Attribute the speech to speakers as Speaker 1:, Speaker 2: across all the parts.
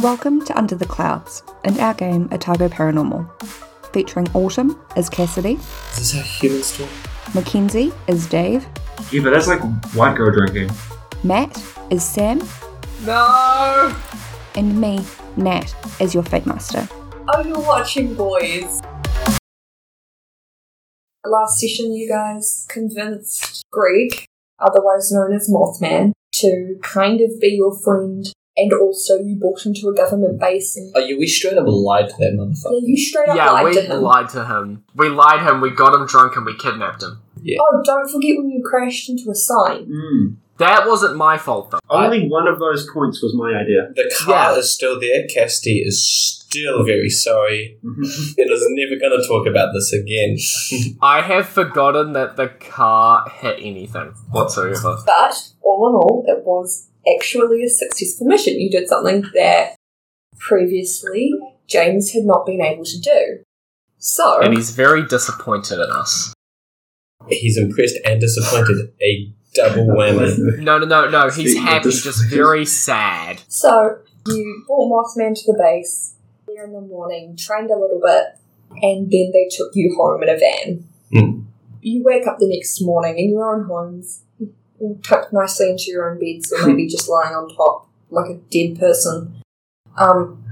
Speaker 1: Welcome to Under the Clouds and our game Otago Paranormal, featuring Autumn as Cassidy,
Speaker 2: Is this how humans talk?
Speaker 1: Mackenzie as Dave,
Speaker 3: Yeah, but that's like white girl drinking.
Speaker 1: Matt as Sam,
Speaker 4: No!
Speaker 1: and me, Nat, as your Fate Master.
Speaker 4: Overwatching boys. Last session, you guys convinced Greg, otherwise known as Mothman, to kind of be your friend, and also you bought into a government base. And-
Speaker 2: Oh, yeah, we straight up lied to that
Speaker 4: yeah,
Speaker 2: motherfucker.
Speaker 4: you straight up
Speaker 5: Yeah,
Speaker 4: lied
Speaker 5: we
Speaker 4: to him.
Speaker 5: lied to him. We lied to him, we got him drunk, and we kidnapped him.
Speaker 4: oh, don't forget when you crashed into a sign.
Speaker 3: Mm.
Speaker 5: That wasn't my fault, though.
Speaker 3: Only one of those points was my idea.
Speaker 2: The car
Speaker 5: Yeah.
Speaker 2: is still there. Cassidy is still very sorry.
Speaker 6: Mm-hmm.
Speaker 3: Mhm.
Speaker 2: It is never going to talk about this again.
Speaker 5: I have forgotten that the car hit anything whatsoever.
Speaker 4: But all in all, it was actually a successful mission. You did something that previously James had not been able to do. So
Speaker 5: And he's very disappointed in us.
Speaker 2: He's impressed and disappointed. A double whammy.
Speaker 5: No, no, no, no. He's
Speaker 3: Speaking of
Speaker 5: happy,
Speaker 3: dis-
Speaker 5: just very sad.
Speaker 4: So you brought Mothman to the base there in the morning, trained a little bit, and then they took you home in a van.
Speaker 2: Hmm.
Speaker 4: You wake up the next morning in your own homes, all tucked nicely into your own beds, or maybe just lying on top like a dead person. Um,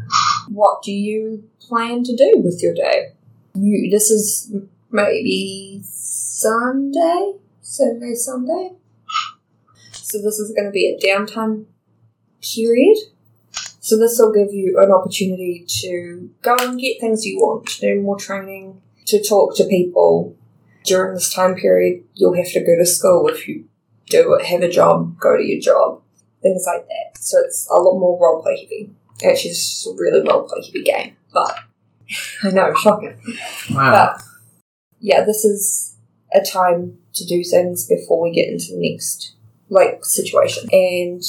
Speaker 4: what do you plan to do with your day? You this is m- maybe Sunday, Saturday, Sunday. So this is going to be a downtime period. So this will give you an opportunity to go and get things you want, do more training, to talk to people. During this time period, you'll have to go to school if you do it, have a job, go to your job, things like that. So it's a lot more roleplay heavy. Actually, it's just a really roleplay heavy game, but I know, shocking.
Speaker 5: Wow.
Speaker 4: But yeah, this is a time to do things before we get into the next like situation. And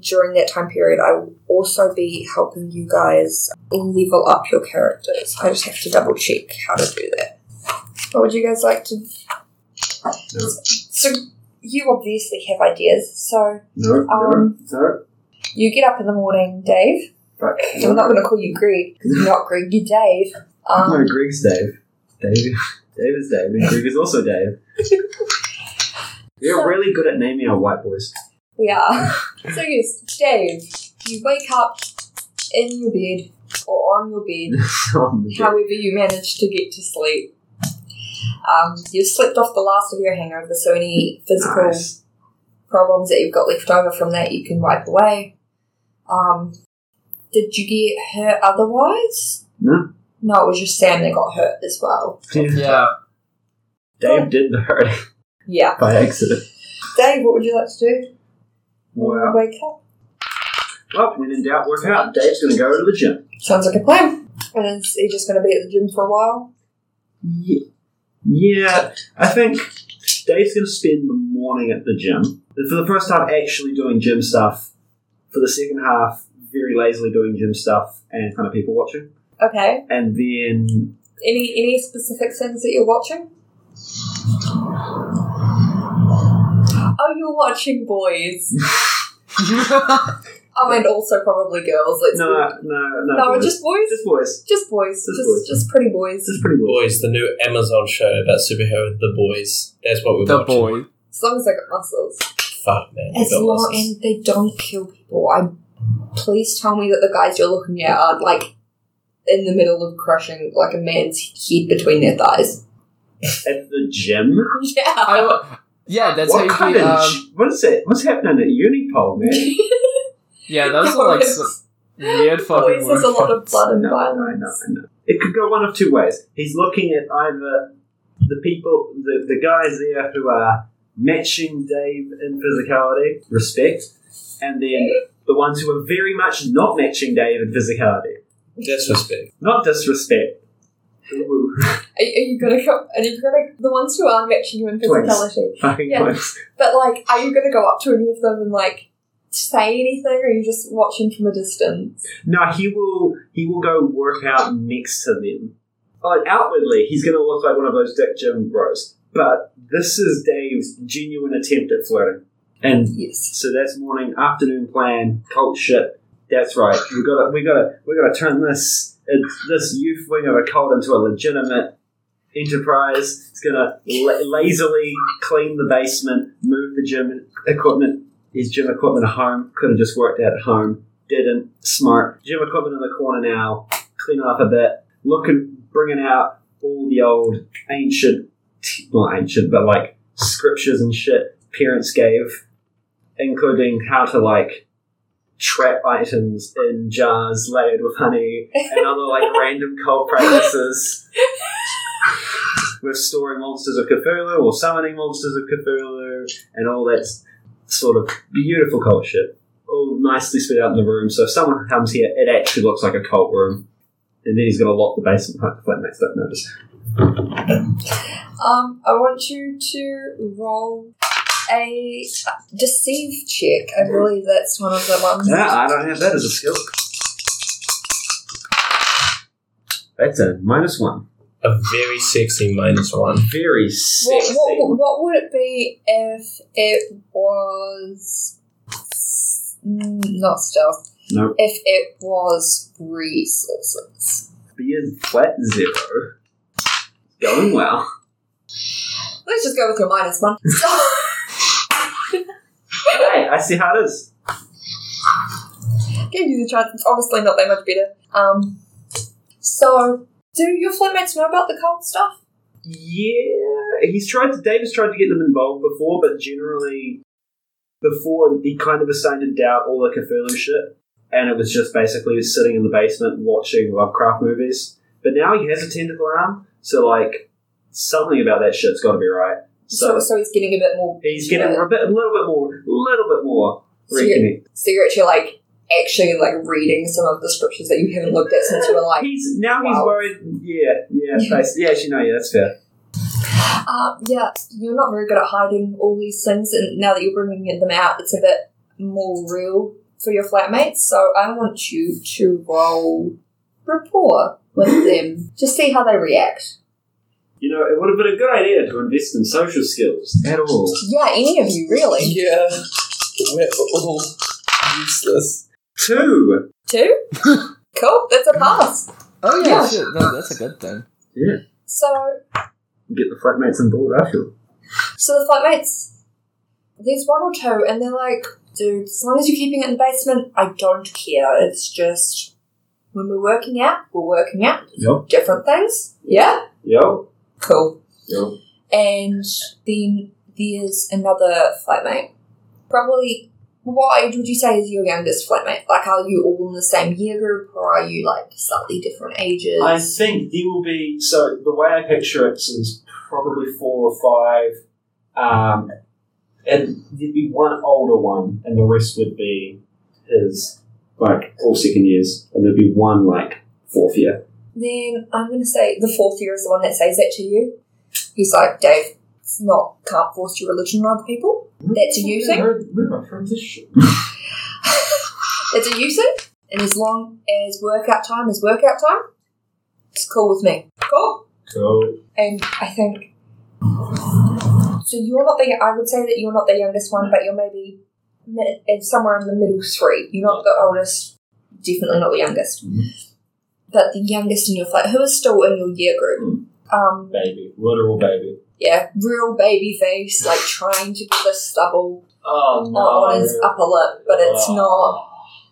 Speaker 4: during that time period, I will also be helping you guys level up your characters. I just have to double check how to do that. What would you guys like to?
Speaker 3: No.
Speaker 4: So you obviously have ideas. So
Speaker 3: No,
Speaker 4: Um,
Speaker 3: no, no.
Speaker 4: you get up in the morning, Dave.
Speaker 3: Fuck.
Speaker 4: I'm not going to call you Greg because you're not Greg. You're Dave.
Speaker 3: No,
Speaker 4: Um,
Speaker 3: Greg's Dave. Dave. Dave is Dave, and Greg is also Dave. They're really good at naming our white boys.
Speaker 4: We are. so yes, Dave, you wake up in your bed or on your bed,
Speaker 3: On the bed.
Speaker 4: however you manage to get to sleep. Um, you've slept off the last of your hangover, so any physical
Speaker 3: Nice.
Speaker 4: problems that you've got left over from that you can wipe away. Um, did you get hurt otherwise?
Speaker 3: No.
Speaker 4: No, it was just Sam that got hurt as well.
Speaker 5: Yeah.
Speaker 3: Dave did the hurting
Speaker 4: Yeah.
Speaker 3: by accident.
Speaker 4: Dave, what would you like to do when you
Speaker 3: Wow.
Speaker 4: wake up?
Speaker 3: Well, when in doubt, work out. Dave's going to go to the gym.
Speaker 4: Sounds like a plan. And is he just going to be at the gym for a while?
Speaker 3: Yeah. yeah, I think Dave's going to spend the morning at the gym. For the first time, actually doing gym stuff. For the second half, very lazily doing gym stuff and kind of people watching.
Speaker 4: Okay.
Speaker 3: And then
Speaker 4: Any any specific things that you're watching? Oh, you're watching boys. Oh, and also probably girls. Let's
Speaker 3: No,
Speaker 4: be-
Speaker 3: no, no.
Speaker 4: no,
Speaker 3: boys.
Speaker 4: just boys.
Speaker 3: just boys.
Speaker 4: Just boys.
Speaker 3: Just
Speaker 4: Just
Speaker 3: boys.
Speaker 4: just, pretty boys.
Speaker 3: Just pretty boys.
Speaker 2: Boys, the new Amazon show about superhero The Boys. That's what we're
Speaker 5: The
Speaker 2: watching.
Speaker 5: boy.
Speaker 4: As long as they got muscles.
Speaker 2: Fuck, man. we
Speaker 4: As
Speaker 2: got
Speaker 4: long
Speaker 2: losses.
Speaker 4: and they don't kill people. I please tell me that the guys you're looking at are like in the middle of crushing like a man's head between their thighs.
Speaker 3: At the gym.
Speaker 4: Yeah.
Speaker 5: I, yeah, that's
Speaker 3: what
Speaker 5: how
Speaker 3: kind
Speaker 5: you get.
Speaker 3: of?
Speaker 5: Um,
Speaker 3: g- what is it? What's happening at Unipol, man?
Speaker 5: yeah, those are like
Speaker 4: Boys.
Speaker 5: some weird fucking
Speaker 4: Boys, there's a lot of
Speaker 5: words.
Speaker 4: blood and
Speaker 3: no, I know, I
Speaker 4: violence.
Speaker 3: know, I know. It could go one of two ways. He's looking at either the people, the, the guys there who are matching Dave in physicality, respect, and then the ones who are very much not matching Dave in physicality,
Speaker 2: Disrespect.
Speaker 3: not disrespect. Ooh,
Speaker 4: Are, are you gonna go? Are you gonna the ones who are matching you in
Speaker 3: Twins.
Speaker 4: physicality?
Speaker 3: fucking
Speaker 4: Yeah.
Speaker 3: close.
Speaker 4: But like, are you gonna go up to any of them and like say anything, or are you just watching from a distance?
Speaker 3: No, he will. He will go work out next to them. Like outwardly, he's going to look like one of those dick gym bros. But this is Dave's genuine attempt at flirting, and
Speaker 4: Yes.
Speaker 3: so that's morning, afternoon plan, cult shit, That's right. We gotta we gotta we gotta turn this it's this youth wing of a cult into a legitimate enterprise. It's gonna la- lazily clean the basement, move the gym equipment, his gym equipment home. Could have just worked out at home. Didn't. Smart. Gym equipment in the corner now. Clean it up a bit. Looking, bringing out all the old ancient, not ancient, but like scriptures and shit parents gave, including how to like trap items in jars layered with honey and other like random cult practices. We're storing monsters of Cthulhu or summoning monsters of Cthulhu and all that s- sort of beautiful cult shit. All nicely spread out in the room, so if someone comes here, it actually looks like a cult room. And then he's going to lock the basement pipe to flatmates don't notice.
Speaker 4: Um, I want you to roll a deceive check.
Speaker 3: Mm-hmm.
Speaker 4: I believe that's one of the ones.
Speaker 3: Yeah, I don't have that as a skill. That's a minus one.
Speaker 2: A very sexy minus one.
Speaker 3: Very
Speaker 4: What,
Speaker 3: sexy.
Speaker 4: what, what would it be if it was s- mm, not stealth?
Speaker 3: Nope.
Speaker 4: If it was resources?
Speaker 3: Beer's flat zero. Going well.
Speaker 4: Let's just go with your minus one. So,
Speaker 3: Hey, I see how it is.
Speaker 4: gave you the chance. It's honestly not that much better. Um, so do your flatmates know about the cult stuff?
Speaker 3: Yeah, he's tried to. Davis tried to get them involved before, but generally, before he kind of assigned in doubt all the Cthulhu shit, and it was just basically sitting in the basement watching Lovecraft movies. But now he has a tentacle arm, so like something about that shit's got to be right. So
Speaker 4: So, so he's getting a bit more.
Speaker 3: he's getting a bit, a little bit more, little bit more.
Speaker 4: So you're,
Speaker 3: reckoning.
Speaker 4: so you're actually like actually like reading some of the scriptures that you haven't looked at since you were like,
Speaker 3: He's now he's
Speaker 4: wow.
Speaker 3: worried. Yeah, yeah,
Speaker 4: Yeah.
Speaker 3: face- yeah. Actually, no, yeah, that's fair.
Speaker 4: uh, yeah, you're not very good at hiding all these things, and now that you're bringing them out, it's a bit more real for your flatmates. So I want you to roll rapport with them, just see how they react.
Speaker 3: You know, it would have been a good idea to invest in social skills at all.
Speaker 4: Yeah, any of you, really.
Speaker 6: Yeah, we're all useless.
Speaker 3: Two.
Speaker 4: Two? cool, that's a pass.
Speaker 5: Oh yeah,
Speaker 4: Yeah.
Speaker 5: shit, no, that's a good thing.
Speaker 4: So,
Speaker 3: Get the flatmates on board after.
Speaker 4: so the flatmates, there's one or two, and they're like, dude, as long as you're keeping it in the basement, I don't care. It's just, when we're working out, we're working out.
Speaker 3: Yep.
Speaker 4: Different things. Yeah?
Speaker 3: Yo.
Speaker 4: Cool.
Speaker 3: Yo.
Speaker 4: And then there's another flatmate. Probably, what age would you say is your youngest flatmate? Like, are you all in the same year group, or are you like slightly different ages?
Speaker 3: I think there will be. So the way I picture it is probably four or five, um, and there'd be one older one, and the rest would be his like all second years, and there'd be one like fourth year.
Speaker 4: Then I'm going to say the fourth year is the one that says that to you. He's like, Dave, it's not, can't force your religion on other people. That's a you thing. That's a you thing. And as long as workout time is workout time, it's cool with me. Cool.
Speaker 3: Cool.
Speaker 4: And I think. So you're not the, I would say that you're not the youngest one, but you're maybe mi- in somewhere in the middle three. You're not the oldest, definitely not the youngest. But the youngest in your flat, who is still in your year group? Um,
Speaker 3: Baby, literal baby.
Speaker 4: yeah, real baby face, like trying to get the stubble
Speaker 3: Oh
Speaker 4: on his upper lip, but it's
Speaker 3: Oh.
Speaker 4: not.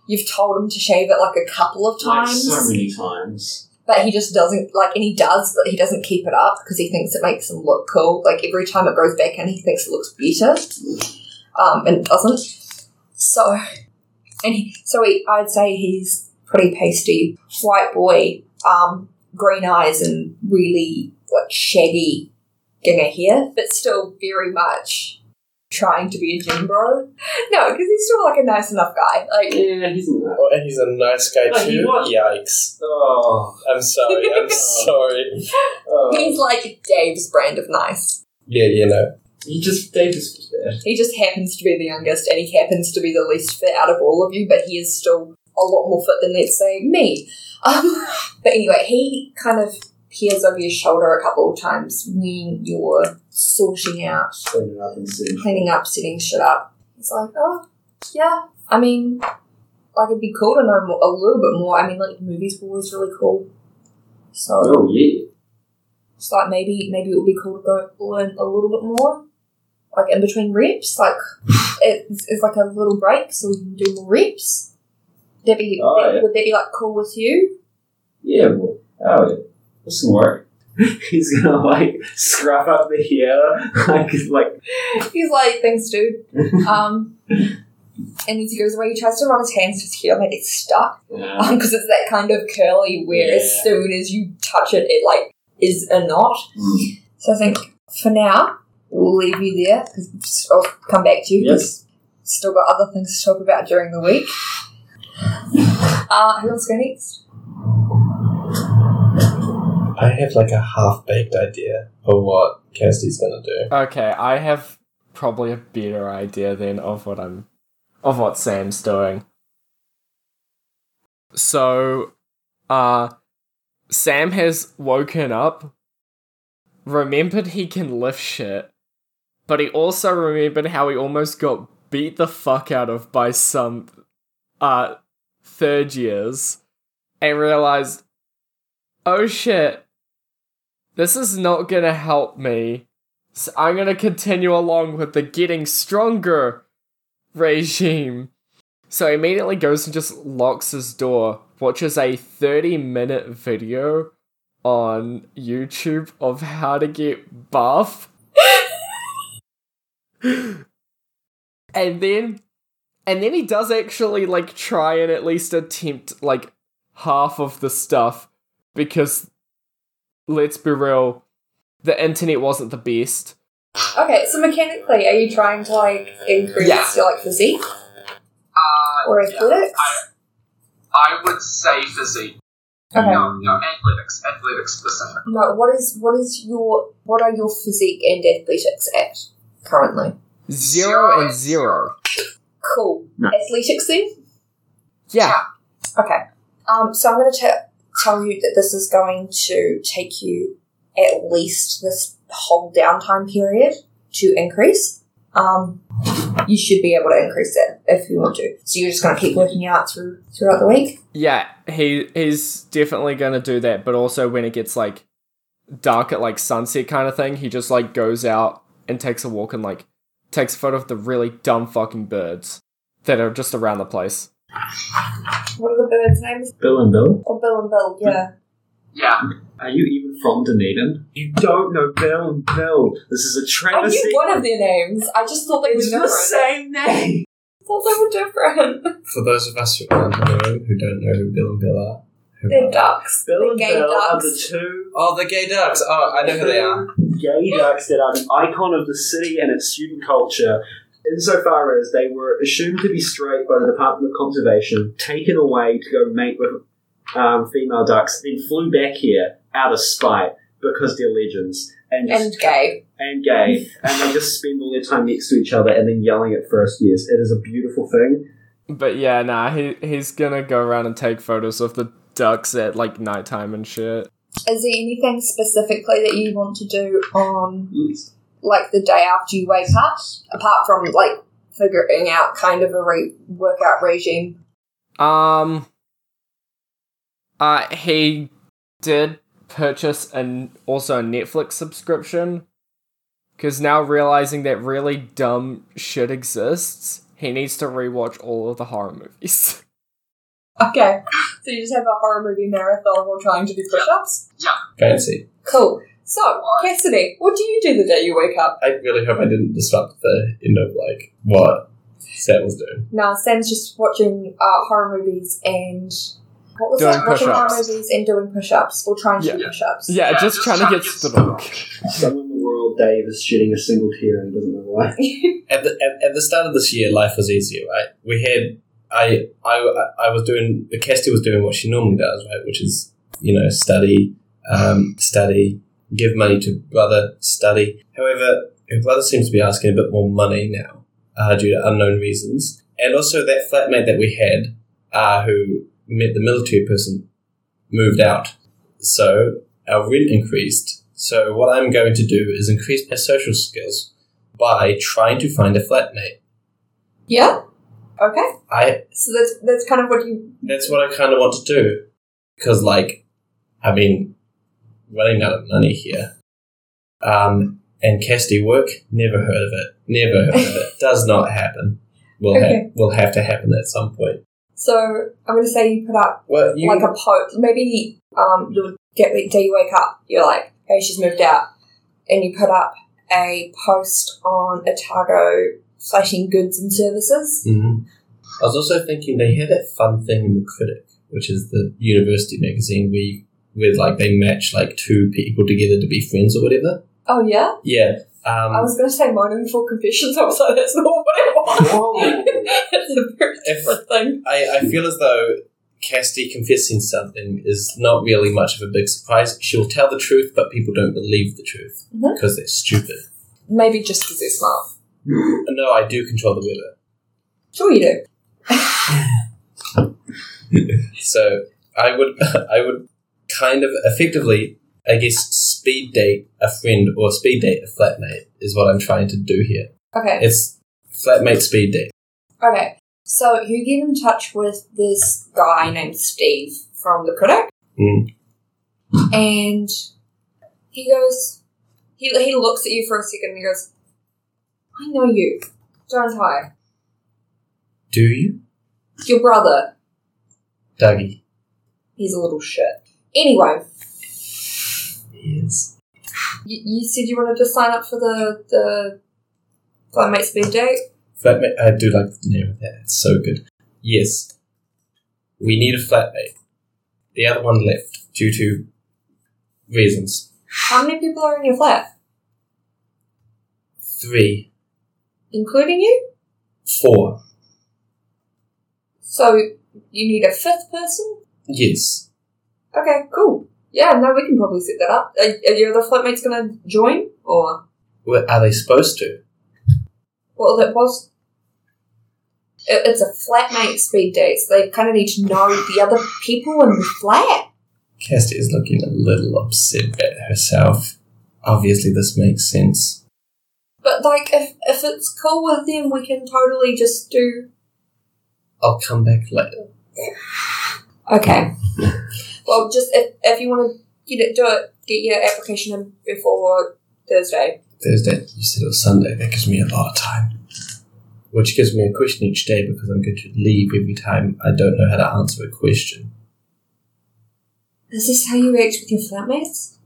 Speaker 4: You've told him to shave it like a couple of
Speaker 3: Like,
Speaker 4: times,
Speaker 3: so many times.
Speaker 4: but he just doesn't like, and he does, but he doesn't keep it up because he thinks it makes him look cool. Like every time it grows back in, he thinks it looks better, um, and it doesn't. So, and he, so he, I'd say he's pretty pasty, white boy, um, green eyes, and really like shaggy ginger hair, but still very much trying to be a gym bro. No, because he's still like a nice enough guy. Like,
Speaker 3: Yeah, he's not.
Speaker 6: Oh, and he's a nice
Speaker 3: Oh,
Speaker 6: guy
Speaker 3: he
Speaker 6: too.
Speaker 3: was.
Speaker 6: Yikes!
Speaker 3: Oh,
Speaker 6: I'm sorry. I'm sorry.
Speaker 4: he's like Dave's brand of nice.
Speaker 6: Yeah, you know.
Speaker 3: he just Davis was bad.
Speaker 4: He just happens to be the youngest and he happens to be the least fit out of all of you, but he is still a lot more fit than, let's say, me. Um, but anyway, he kind of peers over your shoulder a couple of times when you're sorting out,
Speaker 3: Clean it up and see.
Speaker 4: cleaning up, setting shit up. He's like, oh, yeah. I mean, like it'd be cool to know more, a little bit more. I mean, like movies were always really cool, so
Speaker 3: Oh yeah.
Speaker 4: it's like maybe maybe it would be cool to go learn a little bit more, like in between reps. Like it's, it's like a little break, so we can do more reps. That be
Speaker 7: Oh,
Speaker 4: that-
Speaker 7: yeah.
Speaker 4: would that be like cool with you?
Speaker 7: Yeah, boy. Oh, yeah. This can work.
Speaker 3: He's gonna like scruff up the hair, like like
Speaker 4: He's like, thanks, dude. um, and as he goes away, he tries to run his hands through his hair, like it's stuck.
Speaker 7: Yeah.
Speaker 4: because it's that kind of curly where as
Speaker 7: Uh-huh. Yeah.
Speaker 4: soon as you touch it, it like is a knot.
Speaker 7: Mm.
Speaker 4: So I think for now we'll leave you there because I'll come back to you.
Speaker 7: Yes.
Speaker 4: Still got other things to talk about during the week. Uh, who wants to go next?
Speaker 6: I have like a half baked idea of what Cassidy's gonna do.
Speaker 5: Okay, I have probably a better idea then of what I'm of what Sam's doing. So uh Sam has woken up, remembered he can lift shit, but he also remembered how he almost got beat the fuck out of by some uh third years and realized oh shit this is not gonna help me so I'm gonna continue along with the getting stronger regime. So he immediately goes and just locks his door, watches a 30 minute video on YouTube of how to get buff. and then and then he does actually like try and at least attempt like half of the stuff because let's be real, the internet wasn't the best.
Speaker 4: Okay, so mechanically, are you trying to like increase
Speaker 5: Yeah.
Speaker 4: your like physique
Speaker 8: Uh,
Speaker 4: or athletics?
Speaker 8: I would say physique.
Speaker 4: Okay.
Speaker 8: No, no, athletics, athletics specific.
Speaker 4: No, what is what is your what are your physique and athletics at currently?
Speaker 5: Zero and zero.
Speaker 4: Cool.
Speaker 3: No.
Speaker 4: Athletics then?
Speaker 5: Yeah.
Speaker 4: Okay. Um, so I'm going to t- tell you that this is going to take you at least this whole downtime period to increase. Um, you should be able to increase that if you want to. So you're just going to keep working out through throughout the week.
Speaker 5: Yeah, he he's definitely gonna do that, but also when it gets like dark at like sunset kind of thing, he just like goes out and takes a walk and like takes a photo of the really dumb fucking birds that are just around the place.
Speaker 4: What are the birds' names?
Speaker 7: Bill and Bill?
Speaker 4: Oh, Bill and Bill. Yeah.
Speaker 8: Yeah.
Speaker 3: Are you even from Dunedin? You don't know Bill and Bill. This is a
Speaker 4: I
Speaker 3: travesty.
Speaker 4: knew one of their names. I just thought they were
Speaker 3: it's
Speaker 4: different.
Speaker 3: the same name.
Speaker 4: I thought they were different.
Speaker 6: For those of us who aren't in the room who don't know who Bill and Bill are, who
Speaker 4: They're
Speaker 6: are they?
Speaker 4: ducks.
Speaker 3: Bill and
Speaker 4: They're gay
Speaker 3: Bill are the
Speaker 4: ducks.
Speaker 3: two
Speaker 6: Oh, the gay ducks. Oh, I know who they are.
Speaker 3: gay ducks that are the icon of the city and its student culture, insofar as they were assumed to be straight by the Department of Conservation, taken away to go mate with um, female ducks, then flew back here out of spite because they're legends and just,
Speaker 4: And gay.
Speaker 3: and gay, and they just spend all their time next to each other and then yelling at first years. It is a beautiful thing.
Speaker 5: But yeah, nah, he he's gonna go around and take photos of the ducks at like nighttime and shit.
Speaker 4: Is there anything specifically that you want to do on like the day after you wake up, apart from like figuring out kind of a re- workout regime.
Speaker 5: Um uh he did purchase an also a Netflix subscription cuz now realizing that really dumb shit exists, he needs to rewatch all of the horror movies.
Speaker 4: Okay, so you just have a horror movie marathon while trying to do push-ups.
Speaker 6: Fancy.
Speaker 4: Cool. So Cassidy, what do you do the day you wake up?
Speaker 6: I really hope I didn't disrupt the end of like what Sam was doing.
Speaker 4: Now Sam's just watching uh, horror movies and what was
Speaker 5: Doing
Speaker 4: that? Watching horror
Speaker 5: push-ups.
Speaker 4: movies and doing push-ups or trying to do
Speaker 8: Yeah.
Speaker 4: push-ups.
Speaker 5: yeah,
Speaker 8: Yeah,
Speaker 5: just,
Speaker 8: just
Speaker 5: trying to
Speaker 8: trying
Speaker 5: get
Speaker 8: to get
Speaker 5: stuck.
Speaker 3: Somewhere in the world, Dave is shedding a single tear and doesn't know why.
Speaker 6: At the, at, at the start of this year, life was easier, right? We had I I I was doing the Casty was doing what she normally does, right? Which is you know study, um, study, give money to brother, study. However, her brother seems to be asking a bit more money now uh, due to unknown reasons, and also that flatmate that we had uh, who met the military person moved out, so our rent increased. So what I'm going to do is increase my social skills by trying to find a flatmate.
Speaker 4: Yeah. Okay,
Speaker 6: I
Speaker 4: so that's that's kind of what you.
Speaker 6: that's what I kind of want to do because like I've been running out of money here. Um, and Casti work never heard of it. Never heard of it. Does not happen. Will ha-
Speaker 4: Okay.
Speaker 6: will have to happen at some point.
Speaker 4: So I'm going to say you put up
Speaker 6: Well, you
Speaker 4: like a post. Maybe um, you'll get the day you wake up. You're like, hey, she's moved out, and you put up a post on Otago flashing goods and services.
Speaker 6: Mhm. I was also thinking they had that fun thing in the critic, which is the university magazine where you, where like they match like two people together to be friends or whatever.
Speaker 4: Oh yeah,
Speaker 6: Yeah. Um,
Speaker 4: I was going to say moaning for confessions. I was like, that's not what I want. it's a very
Speaker 6: If-
Speaker 4: different thing.
Speaker 6: I, I feel as though Casty confessing something is not really much of a big surprise. She'll tell the truth, but people don't believe the truth
Speaker 4: Mhm.
Speaker 6: because they're stupid.
Speaker 4: Maybe just because they're smart.
Speaker 6: No, I do control the weather.
Speaker 4: Sure, you do.
Speaker 6: So I would, I would kind of effectively, I guess, speed date a friend or speed date a flatmate is what I'm trying to do here.
Speaker 4: Okay.
Speaker 6: It's flatmate speed date.
Speaker 4: Okay, so you get in touch with this guy named Steve from the critic,
Speaker 6: Mm.
Speaker 4: and he goes, he, he looks at you for a second and he goes, I know you, don't I?
Speaker 6: Do you,
Speaker 4: Your brother,
Speaker 6: Dougie?
Speaker 4: he's a little shit. Anyway,
Speaker 6: Yes.
Speaker 4: you, you said you wanted to sign up for the the flatmate speed date.
Speaker 6: Flatmate. I do like the name of that. It's so good. Yes. We need a flatmate. The other one left due to reasons.
Speaker 4: How many people are in your flat,
Speaker 6: Three,
Speaker 4: including you?
Speaker 6: four.
Speaker 4: So you need a fifth person.
Speaker 6: Yes.
Speaker 4: Okay, cool. Yeah, no, we can probably set that up. Are, are your other flatmates going to join? Or,
Speaker 6: What are they supposed to?
Speaker 4: well, that was. It, it's a flatmate speed date, so they kind of need to know the other people in the flat.
Speaker 6: Casty is looking a little upset at herself. Obviously, this makes sense.
Speaker 4: But, like, if, if it's cool with them, we can totally just do.
Speaker 6: I'll come back later.
Speaker 4: Okay. well, just if, if you want to get it, do it. Get your application in before Thursday.
Speaker 6: Thursday, you said it was Sunday. That gives me a lot of time. Which gives me a question each day because I'm going to leave every time I don't know how to answer a question.
Speaker 4: Is this how you act with your flatmates?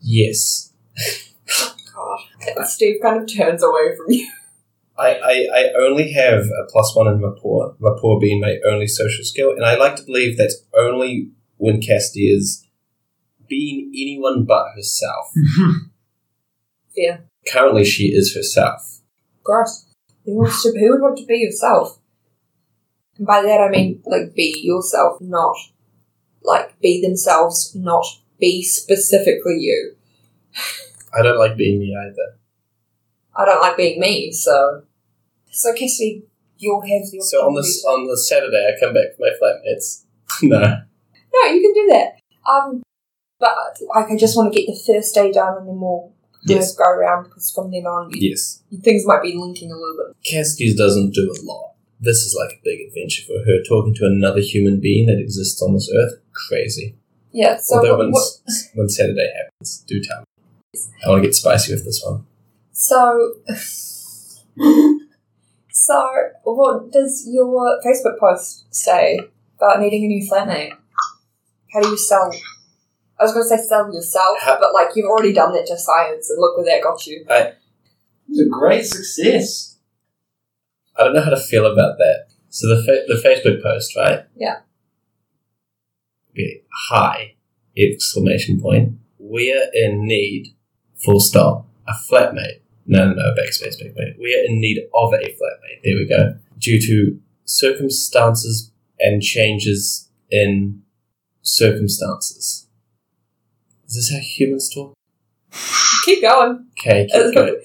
Speaker 6: Yes.
Speaker 4: God. Steve kind of turns away from you.
Speaker 6: I, I, I only have a plus one in rapport, rapport being my only social skill, and I like to believe that's only when Casty is being anyone but herself.
Speaker 4: Yeah.
Speaker 6: Currently, she is herself.
Speaker 4: Gross. Who wants to? Who would want to be yourself? And by that I mean like be yourself, not like be themselves, not be specifically you.
Speaker 6: I don't like being me either.
Speaker 4: I don't like being me, so so Cassidy, you'll have the
Speaker 6: So on
Speaker 4: opportunity
Speaker 6: this
Speaker 4: to-
Speaker 6: on the Saturday, I come back with my flatmates. no,
Speaker 4: no, you can do that. Um, but like I just want to get the first day done, and then we'll kind of
Speaker 6: Yes.
Speaker 4: go around because from then on
Speaker 6: yes,
Speaker 4: things might be linking a little bit.
Speaker 6: Cassidy doesn't do a lot. This is like a big adventure for her. Talking to another human being that exists on this earth, crazy.
Speaker 4: Yeah. So
Speaker 6: Although
Speaker 4: what-
Speaker 6: when,
Speaker 4: what-
Speaker 6: when Saturday happens, do tell me. I want to get spicy with this one.
Speaker 4: So, so what does your Facebook post say about needing a new flatmate? How do you sell? I was going to say sell yourself,
Speaker 6: How-
Speaker 4: but like you've already done that to science, and look where that got you.
Speaker 7: It was a great success.
Speaker 6: I don't know how to feel about that. So the fa- the Facebook post, right?
Speaker 4: Yeah.
Speaker 6: Okay. Hi! Exclamation point. We're in need. Full stop. A flatmate. No, no, no. Backspace, backspace. We're in need of a flatmate. There we go. Due to circumstances and changes in circumstances. Is this how humans talk?
Speaker 4: Keep going.
Speaker 6: Okay, keep going.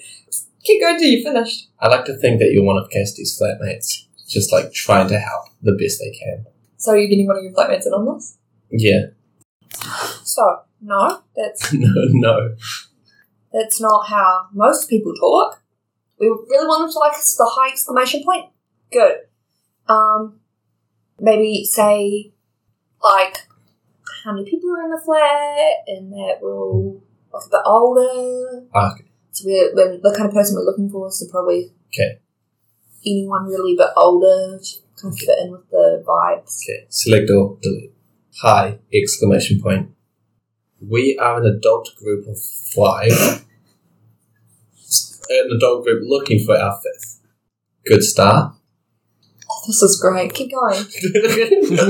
Speaker 4: Keep going till you finished.
Speaker 6: I like to think that you're one of Cassidy's flatmates, just like trying to help the best they can.
Speaker 4: So you're getting one of your flatmates in on this?
Speaker 6: Yeah,
Speaker 4: So no, that's
Speaker 6: no, no.
Speaker 4: that's not how most people talk. We really want them to like us with a high exclamation point. good. Um, maybe say, like, how many people are in the flat, and that we're all like, a bit older.
Speaker 6: Ah, okay.
Speaker 4: So we're, we're the kind of person we're looking for, so probably
Speaker 6: Okay.
Speaker 4: anyone really a bit older to kind of fit in with the vibes.
Speaker 6: Okay, select or delete. Hi! Exclamation point. We are an adult group of five. an adult group looking for our fifth. Good start.
Speaker 4: This is great. Keep going.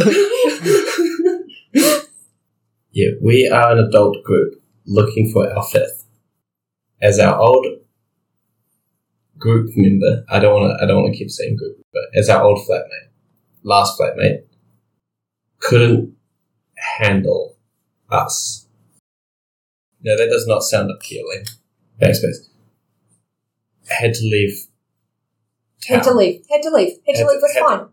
Speaker 6: yeah, we are an adult group looking for our fifth. As our old group member, I don't want to. I don't want to keep saying group, but as our old flatmate, last flatmate, couldn't handle us. No, that does not sound appealing. Backspace. Had to leave.
Speaker 4: Had to
Speaker 6: town.
Speaker 4: leave. Had to leave. Had to
Speaker 6: Had
Speaker 4: leave.
Speaker 6: to-
Speaker 4: That's
Speaker 6: had to-
Speaker 4: fine.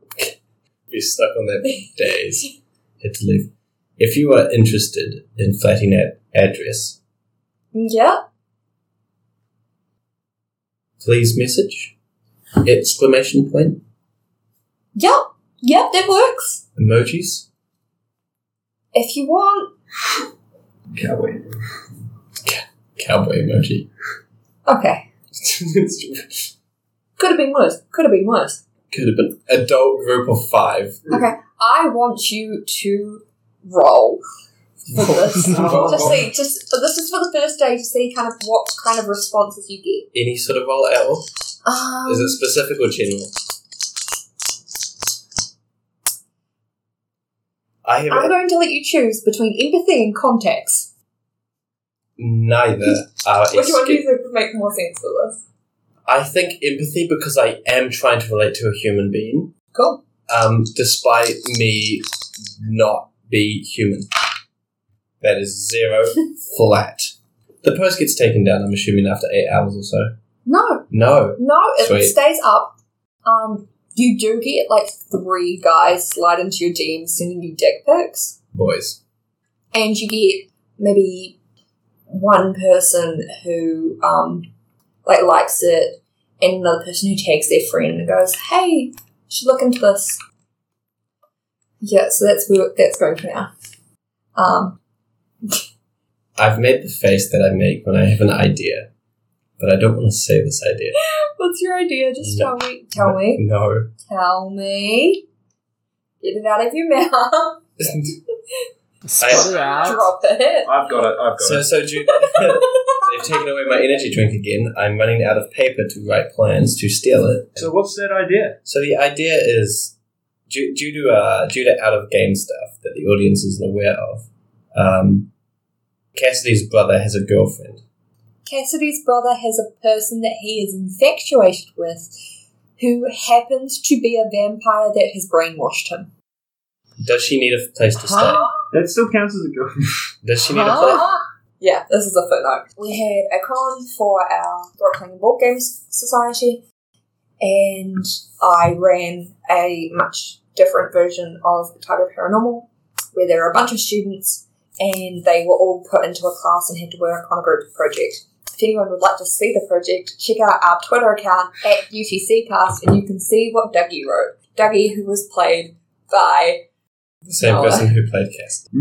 Speaker 6: Be stuck on that for days. Had to leave. If you are interested in fighting that address,
Speaker 4: Yeah.
Speaker 6: please message exclamation point
Speaker 4: Yeah. Yeah. That works.
Speaker 6: emojis
Speaker 4: If you want.
Speaker 3: Cowboy.
Speaker 6: cowboy emoji
Speaker 4: Okay. Could have been worse. Could have been worse.
Speaker 6: could have been adult group of five
Speaker 4: Okay. I want you to roll for this. just see, just so this is for the first day to see kind of what kind of responses you get.
Speaker 6: any sort of role at all
Speaker 4: Um,
Speaker 6: is it specific or general I have
Speaker 4: I'm going to let you choose between empathy and context.
Speaker 6: neither. Uh,
Speaker 4: Which one do you
Speaker 6: escape-
Speaker 4: think would make more sense for this?
Speaker 6: I think empathy because I am trying to relate to a human being,
Speaker 4: Cool.
Speaker 6: um, despite me not be human. That is zero flat. The post gets taken down, I'm assuming, after eight hours or so.
Speaker 4: No,
Speaker 6: No.
Speaker 4: no, it
Speaker 6: Sweet.
Speaker 4: stays up. Um, you do get like three guys slide into your DM sending you dick pics.
Speaker 6: Boys.
Speaker 4: and you get maybe one person who um, like likes it and another person who tags their friend and goes, "Hey, you should look into this." Yeah, so that's where that's going for now. Um,
Speaker 6: I've made the face that I make when I have an idea, but I don't want to say this idea.
Speaker 4: what's your idea? Just tell me, tell me,
Speaker 6: No.
Speaker 4: tell me. Get it out of your mouth.
Speaker 5: Spit it out.
Speaker 4: Drop it.
Speaker 3: I've got it. I've got
Speaker 6: so,
Speaker 3: it.
Speaker 6: so, Jude, they've taken away my energy drink again. I'm running out of paper to write plans to steal it.
Speaker 3: So what's that idea?
Speaker 6: So the idea is, due, due to uh, due to out of game stuff that the audience isn't aware of, um, Cassidy's brother has a girlfriend.
Speaker 4: Cassidy's brother has a person that he is infatuated with who happens to be a vampire that has brainwashed him.
Speaker 6: Does she need a place to stay?
Speaker 5: Huh?
Speaker 3: That still counts as a girl.
Speaker 6: Does she need a place?
Speaker 5: Huh?
Speaker 4: Yeah, this is a footnote. We had a con for our role playing and board games society, and I ran a much different version of Otago Paranormal, where there are a bunch of students, and they were all put into a class and had to work on a group project. If anyone would like to see the project, check out our Twitter account at UTCcast, and you can see what Dougie wrote. Dougie, who was played by
Speaker 6: The same
Speaker 4: No.
Speaker 6: person who played Cassidy.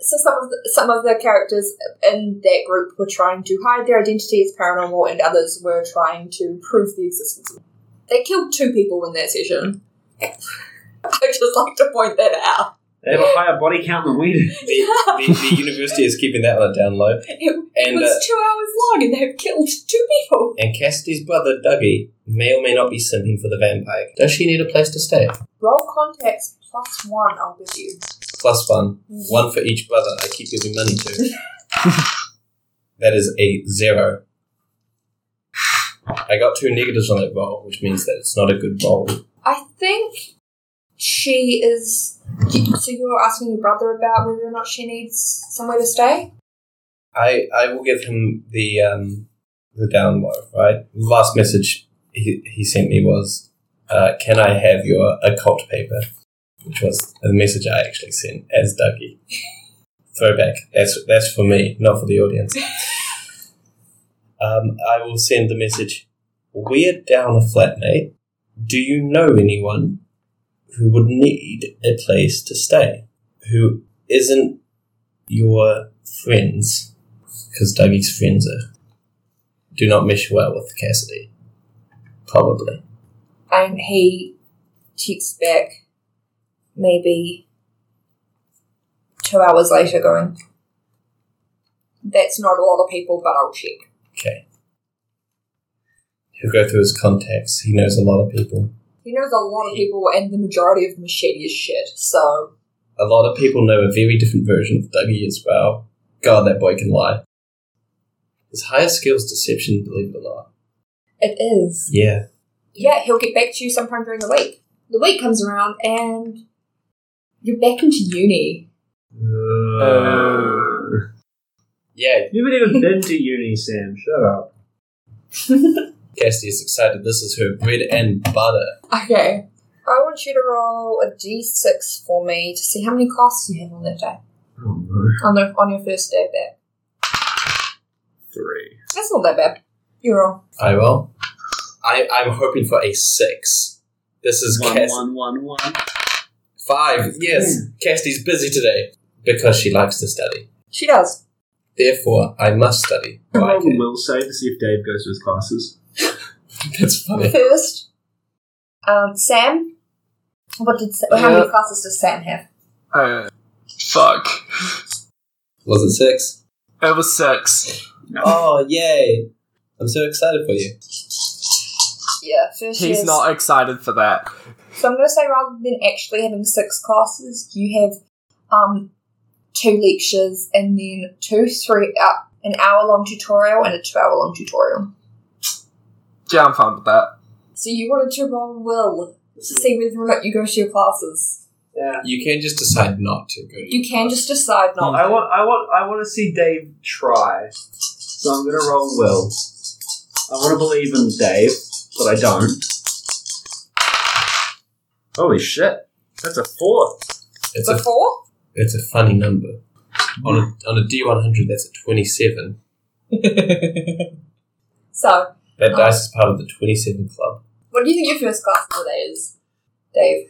Speaker 4: so some of the, some of the characters in that group were trying to hide their identity as paranormal, and others were trying to prove the existence. of They killed two people in that session. I would just like to point that out.
Speaker 3: They have a higher body count than we do.
Speaker 6: The, the, the university is keeping that on a down low.
Speaker 4: It, it
Speaker 6: And,
Speaker 4: was
Speaker 6: uh,
Speaker 4: two hours long, and they have killed two people.
Speaker 6: And Cassidy's brother, Dougie, may or may not be simping for the vampire. Does she need a place to stay?
Speaker 4: Roll contacts plus one. I'll give you.
Speaker 6: Plus one. One for each brother I keep giving money to. that is a zero. I got two negatives on that roll, which means that it's not a good roll.
Speaker 4: I think she is. So you're asking your brother about whether or not she needs somewhere to stay.
Speaker 6: I, I will give him the um, the down low, right? The last message he, he sent me was, uh, Can I have your occult paper? Which was the message I actually sent as Dougie. Throwback. That's, that's for me, not for the audience. Um, I will send the message, We're down a flatmate. Do you know anyone who would need a place to stay who isn't your friends? Because Dougie's friends are, do not mesh well with Cassidy. Probably.
Speaker 4: And he texts back maybe two hours later going, That's not a lot of people, but I'll check.
Speaker 6: Okay. He'll go through his contacts. He knows a lot of people.
Speaker 4: He knows a lot of people, and the majority of them are shady as shit, so
Speaker 6: A lot of people know a very different version of Dougie as well. God, that boy can lie. His highest skill is deception, believe it or not.
Speaker 4: it is.
Speaker 6: Yeah.
Speaker 4: Yeah, he'll get back to you sometime during the week. The week comes around, and you're back into uni.
Speaker 3: Uh,
Speaker 5: Oh.
Speaker 6: Yeah,
Speaker 3: You haven't even been to uni, Sam. Shut up.
Speaker 6: Cassidy is excited. This is her bread and butter.
Speaker 4: Okay. I want you to roll a d6 for me to see how many classes you have on that day.
Speaker 3: Oh no.
Speaker 4: On, the, on your first day back.
Speaker 3: Three.
Speaker 4: That's not that bad. You roll.
Speaker 6: I will. I, I'm hoping for a six. This is
Speaker 3: One,
Speaker 6: Cass-
Speaker 3: one, one, one.
Speaker 6: Five. Yes, Cassidy's busy today because she likes to study.
Speaker 4: She does.
Speaker 6: Therefore, I must study.
Speaker 3: Roll
Speaker 6: Why,
Speaker 3: the will save to see if Dave goes to his classes.
Speaker 6: That's funny.
Speaker 4: First, um, Sam. What did Sa- how many classes does Sam have?
Speaker 5: Uh, fuck.
Speaker 6: Was it six?
Speaker 5: It was six.
Speaker 6: Oh, yay! I'm so excited for you.
Speaker 4: Yeah, first
Speaker 5: He's
Speaker 4: years.
Speaker 5: not excited for that.
Speaker 4: So I'm going to say rather than actually having six classes, you have um, two lectures and then two, three, uh, an hour long tutorial and a two hour long tutorial.
Speaker 5: Yeah, I'm fine with that.
Speaker 4: So you wanted to roll will to see whether or not you go to your classes.
Speaker 6: You can just decide not to go. To
Speaker 4: You can just decide
Speaker 6: Hmm.
Speaker 4: not.
Speaker 3: I want, I want, I want to see Dave try. So I'm gonna roll will. I want to believe in Dave, but I don't. Holy shit! That's a four.
Speaker 6: It's a
Speaker 4: Before?
Speaker 6: it's a funny number. On a on a D100, that's a 27.
Speaker 4: So,
Speaker 6: That dice is part of the 27 club.
Speaker 4: what do you think your first class today is, Dave?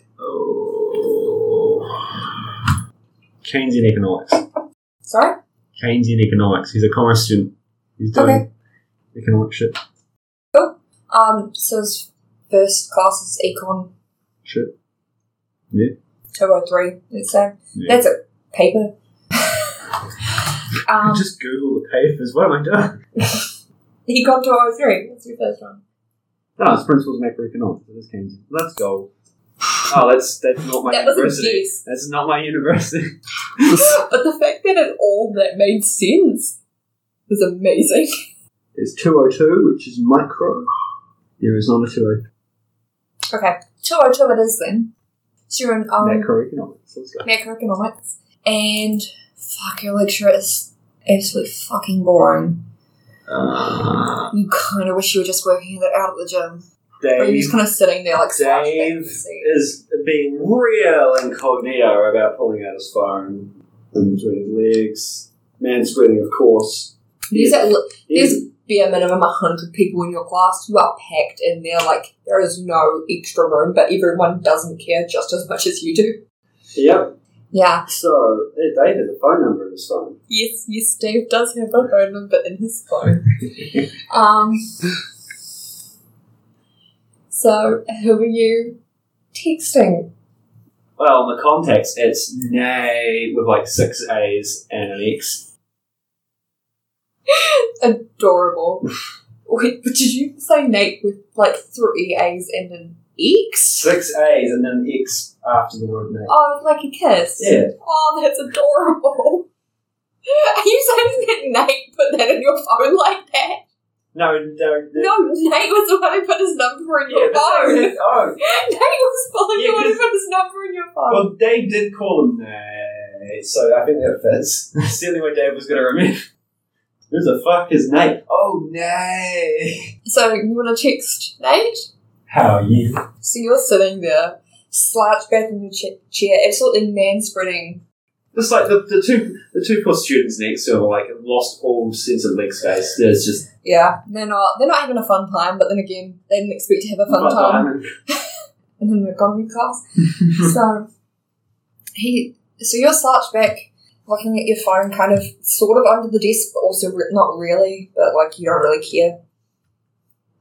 Speaker 3: Oh. Keynesian economics.
Speaker 4: Sorry?
Speaker 3: Keynesian economics. He's a commerce student. He's doing
Speaker 4: Okay.
Speaker 3: economic shit.
Speaker 4: Um, so his first class is Econ
Speaker 3: Shit.
Speaker 4: 203, let's say.
Speaker 3: Yeah.
Speaker 4: That's a paper. um,
Speaker 3: just Google the papers. What am I doing?
Speaker 4: Econ 203, that's your first one.
Speaker 3: No, it's principles of macroeconomics. It is Keynesian. Let's go. Oh, that's that's not my
Speaker 4: That was a
Speaker 3: university.
Speaker 4: guess.
Speaker 3: That's not my university.
Speaker 4: but the fact that it all that made sense was amazing.
Speaker 3: It's 202, which is micro. There is not a oh. 202.
Speaker 4: Okay, 202 it is then. So you're in um,
Speaker 3: macroeconomics. Let's go.
Speaker 4: macroeconomics. And fuck, your lecture is absolutely fucking boring.
Speaker 3: Uh,
Speaker 4: You kind of wish you were just working it out at the gym. Or you're
Speaker 3: Dave,
Speaker 4: just kind of sitting there like slouched back in
Speaker 3: Dave
Speaker 4: the seat.
Speaker 3: is being real incognito about pulling out his phone in between his legs. Mansplaining, of course.
Speaker 4: There's, at, li-
Speaker 3: He's-
Speaker 4: there's bare minimum 100 people in your class. You are packed in there like there is no extra room, but everyone doesn't care just as much as you do.
Speaker 3: Yep.
Speaker 4: Yeah.
Speaker 3: So, hey, Dave has a phone number in his phone.
Speaker 4: Yes, yes, Dave does have a phone number in his phone. um, so, who are you texting?
Speaker 3: Well, in the context, it's nay with like six A's and an X.
Speaker 4: Adorable. Wait, but did you say Nate with like three A's and an X?
Speaker 3: Six A's and then an X after the word nay.
Speaker 4: Oh, like a kiss.
Speaker 3: Yeah.
Speaker 4: Oh, that's adorable. Are you saying that Nate put that in your phone like that?
Speaker 3: No, no,
Speaker 4: No, Nate was the one who put his number in
Speaker 3: Yeah,
Speaker 4: your
Speaker 3: but
Speaker 4: phone.
Speaker 3: Dave
Speaker 4: Nate
Speaker 3: did- oh.
Speaker 4: was probably the
Speaker 3: Yeah,
Speaker 4: one who
Speaker 3: 'cause-
Speaker 4: put his number in your phone.
Speaker 3: Well, Dave did call him nay, so I think that fits. That's the only way Dave was going to remember. Who the fuck is Nate? Oh, nay.
Speaker 4: so you want to text Nate?
Speaker 3: How are you?
Speaker 4: So you're sitting there, slouched back in your cha- chair, absolutely manspreading
Speaker 3: Just like the, the two the two poor students next to him, like lost all sense of leg space. There's just
Speaker 4: Yeah, they're not they're not having a fun time, but then again, they didn't expect to have a fun
Speaker 3: But,
Speaker 4: time
Speaker 3: um,
Speaker 4: in an economy class. so he so you're slouched back looking at your phone kind of sort of under the desk but also re- not really but like you don't really care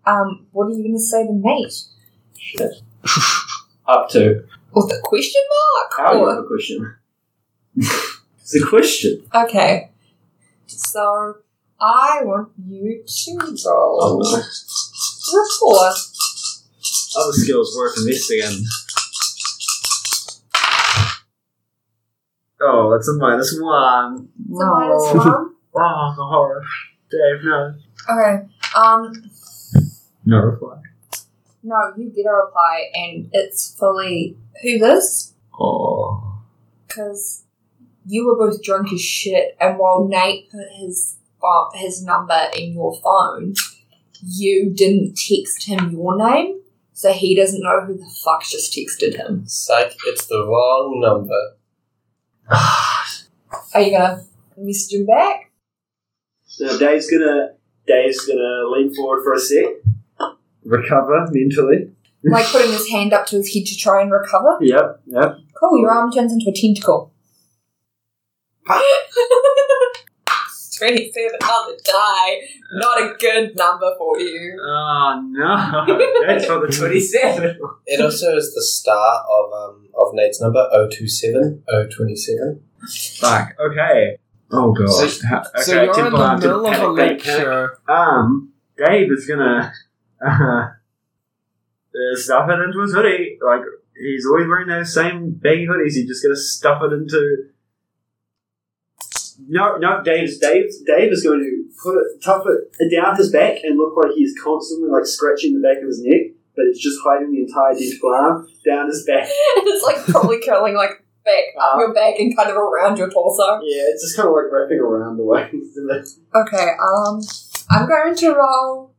Speaker 4: um what are you going to say to Nate
Speaker 3: up to
Speaker 4: with a question
Speaker 3: how
Speaker 4: mark
Speaker 3: you
Speaker 4: or-
Speaker 3: have a question. it's a question.
Speaker 4: Okay. So I want you to roll
Speaker 3: Oh, no.
Speaker 4: report.
Speaker 3: Other skills worth investigating. Oh, that's a minus one.
Speaker 4: The minus one.
Speaker 3: Oh, the horror. Dave, no.
Speaker 4: Okay. Um.
Speaker 3: No reply.
Speaker 4: No, you get a reply, and it's fully who this?
Speaker 3: Oh.
Speaker 4: Because you were both drunk as shit, and while Nate put his uh, his number in your phone, you didn't text him your name, so he doesn't know who the fuck just texted him.
Speaker 6: Psych, it's the wrong number.
Speaker 4: Are you gonna message him back?
Speaker 3: So Dave's gonna Dave's gonna lean forward for a sec. Recover mentally.
Speaker 4: like putting his hand up to his head to try and recover.
Speaker 3: Yep, yep.
Speaker 4: Cool, your arm turns into a tentacle. Twenty-seven on the die. Not a good number for you.
Speaker 3: Oh no. That's for the twenty seven.
Speaker 6: It also is the star of um of Nate's number 027 027.
Speaker 3: Fuck. Okay. Oh god.
Speaker 5: So-
Speaker 3: Ha- okay,
Speaker 5: so you're in
Speaker 3: temple
Speaker 5: the
Speaker 3: arm,
Speaker 5: middle of a
Speaker 3: panic, panic, panic.
Speaker 5: lecture.
Speaker 3: Um, Dave is gonna uh, uh, stuff it into his hoodie. Like he's always wearing those same baggy hoodies. He's just gonna stuff it into. No, no, Dave's Dave's Dave is going to put it tuff it down his back and look like he's constantly like scratching the back of his neck, but it's just hiding the entire dental arm down his back.
Speaker 4: it's like probably curling like back up your back and kind of around your torso.
Speaker 3: Yeah, it's just kind of like wrapping around the way.
Speaker 4: Okay, um, I'm going to roll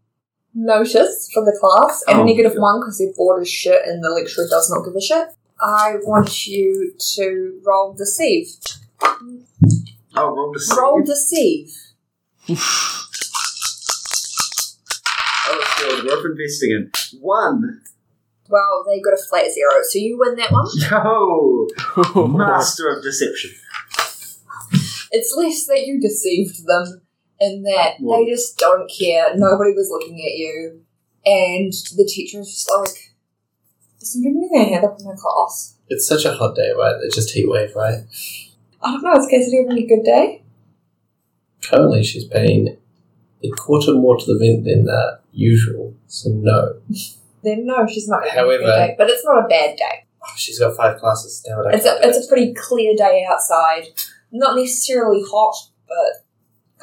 Speaker 4: notice for the class and a
Speaker 3: Oh,
Speaker 4: negative one because they're bored as shit and the lecturer does not give a shit. I want you to roll deceive.
Speaker 3: oh, wrong to see.
Speaker 4: Roll deceive.
Speaker 3: Oh, still worth investigating. One.
Speaker 4: Well, they got a flat zero, so you win that one.
Speaker 3: Yo, master of deception.
Speaker 4: It's less that you deceived them and that
Speaker 3: Well-
Speaker 4: they just don't care. Nobody was looking at you. And the teacher was just like, Does somebody need their hand up in the class?
Speaker 6: It's such a hot day, right? It's just heat wave, right?
Speaker 4: I don't know, is Cassidy having a good day?
Speaker 6: Currently, she's paying a quarter more to the vent than uh, usual, so no.
Speaker 4: Then no, she's not having a good
Speaker 6: However-
Speaker 4: day. But it's not a bad day.
Speaker 6: Oh, she's got five classes. Damn it, I
Speaker 4: It's a,
Speaker 6: can't do
Speaker 4: it's a pretty clear day outside. Not necessarily hot, but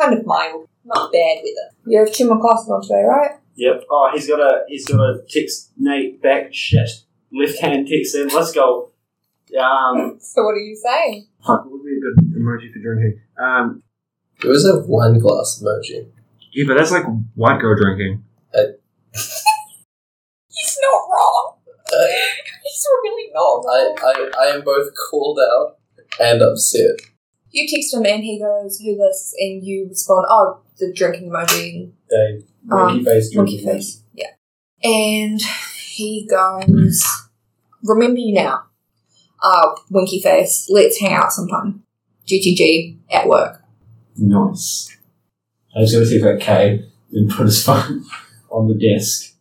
Speaker 4: kind of mild. Not bad weather. You have two more classes on today, right?
Speaker 3: Yep. Oh, he's got a he's got a text Nate back shit. Left hand text in. Let's go. Um,
Speaker 4: So what are you saying?
Speaker 3: fuck, what would be a good emoji for drinking? Um,
Speaker 6: it. There was a wine glass emoji.
Speaker 3: yeah, but that's like white girl drinking.
Speaker 4: He's not wrong. He's really not
Speaker 6: I,
Speaker 4: wrong.
Speaker 6: I, I am both called out and upset.
Speaker 4: You text him and he goes, "Who this?" and you respond, "Oh, the drinking emoji,
Speaker 6: Dave,
Speaker 4: monkey
Speaker 6: face,
Speaker 4: Oh, Um, monkey face." Yeah, and he goes, "Remember you now, uh, winky face. Let's hang out sometime. GTG at work."
Speaker 3: Nice. I was gonna see that K and put his phone on the desk,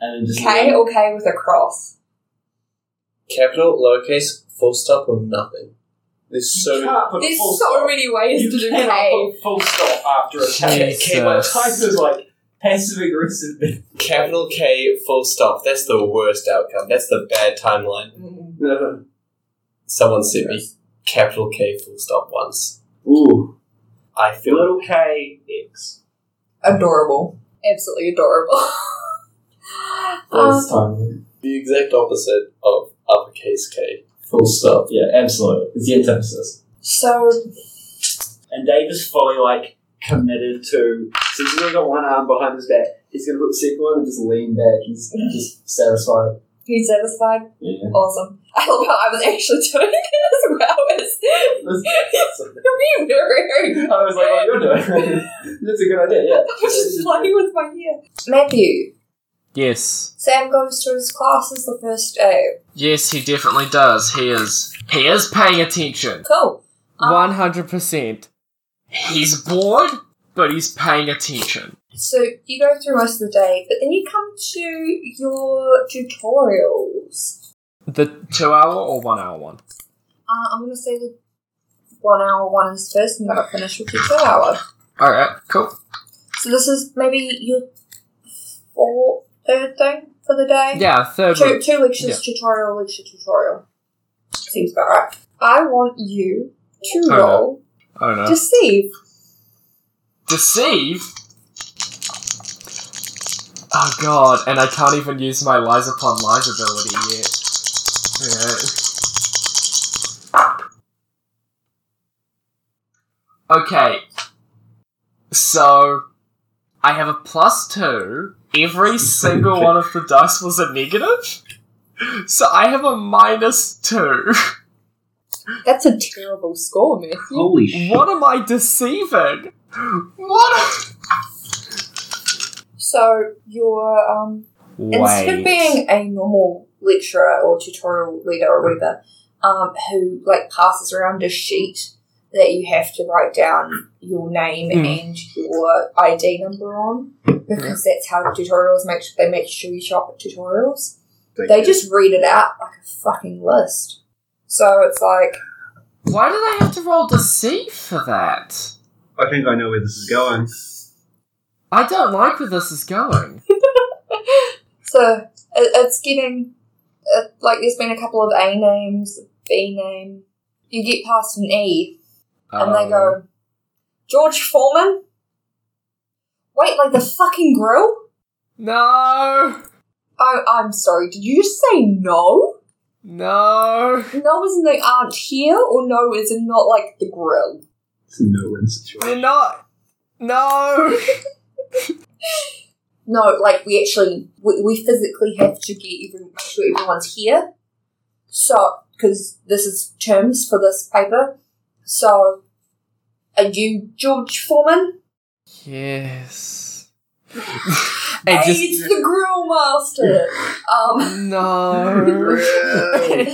Speaker 3: and then just
Speaker 4: K or K with a cross.
Speaker 6: Capital, lowercase, full stop, or nothing. There's so many.
Speaker 4: There's so many ways
Speaker 3: You
Speaker 4: to do
Speaker 3: cannot
Speaker 4: K.
Speaker 3: put full stop after a K. K by
Speaker 5: Jesus.
Speaker 3: type is like passive aggressive.
Speaker 6: Capital K, full stop. That's the worst outcome. That's the bad timeline.
Speaker 4: Mm.
Speaker 6: Someone sent me capital K, full stop once.
Speaker 3: Ooh,
Speaker 6: I feel
Speaker 3: little K X.
Speaker 4: Adorable, absolutely adorable. Um,
Speaker 3: First time.
Speaker 6: the exact opposite of uppercase K.
Speaker 3: Full stop. Yeah, absolutely. It's the antithesis.
Speaker 4: so
Speaker 3: And Dave is fully like committed to. Since he's only got one arm behind his back, he's gonna put the second one and just lean back. He's just satisfied.
Speaker 4: he's satisfied.
Speaker 3: Yeah.
Speaker 4: Awesome. I love how I was actually doing it as well as What are you doing?
Speaker 7: I was like, oh, you're doing it. That's a good idea, yeah.
Speaker 4: I was just playing with my hair. Matthew,
Speaker 5: Yes.
Speaker 4: Sam goes to his classes the first day.
Speaker 5: Yes, he definitely does. He is. He is paying attention.
Speaker 4: Cool. Um,
Speaker 5: One hundred percent. He's bored, but he's paying attention.
Speaker 4: So you go through most of the day, but then you come to your tutorials.
Speaker 5: The two-hour or one-hour one.
Speaker 4: Uh, I'm going to say the one hour one is first, and then I finish with your two hour.
Speaker 5: All right, cool.
Speaker 4: So this is maybe your fourth, third thing for the day.
Speaker 5: Yeah, third.
Speaker 4: Two,
Speaker 5: one.
Speaker 4: two lectures tutorial, lecture tutorial. Seems about right. I want you to
Speaker 5: Oh, no.
Speaker 4: roll
Speaker 5: Oh no.
Speaker 4: deceive.
Speaker 5: deceive. Oh god, and I can't even use my lies upon lies ability yet. Yeah. Okay. So I have a plus two. Every single one of the dice was a negative. So I have a minus two.
Speaker 4: That's a terrible score, man.
Speaker 3: Holy shit.
Speaker 5: What am I deceiving? What?
Speaker 4: So your um, Instead of being a normal lecturer or tutorial leader or whatever, um, who like passes around a sheet that you have to write down your name
Speaker 5: Mm.
Speaker 4: and your ID number on, because that's how tutorials make they make sure you shop at tutorials. They just read it out like a fucking list. So it's like
Speaker 5: Why did I have to roll deceive for that?
Speaker 3: I think I know where this is going.
Speaker 5: I don't like where this is going.
Speaker 4: so it, it's getting uh, like there's been a couple of A names, B name. You get past an E, and they
Speaker 5: Oh.
Speaker 4: go, George Foreman? Wait, like the fucking grill?
Speaker 5: No!
Speaker 4: Oh, I'm sorry, did you just say no?
Speaker 5: No!
Speaker 4: No is in they aren't here, or no is in not like the grill?
Speaker 3: It's a no win situation.
Speaker 5: They're not! No!
Speaker 4: No, like we actually, we, we physically have to get every, make sure everyone's here. So, because this is terms for this paper. So, are you George Foreman?
Speaker 5: yes.
Speaker 4: Hey,
Speaker 5: and
Speaker 4: it's
Speaker 5: just.
Speaker 4: the grill master! um,
Speaker 5: No!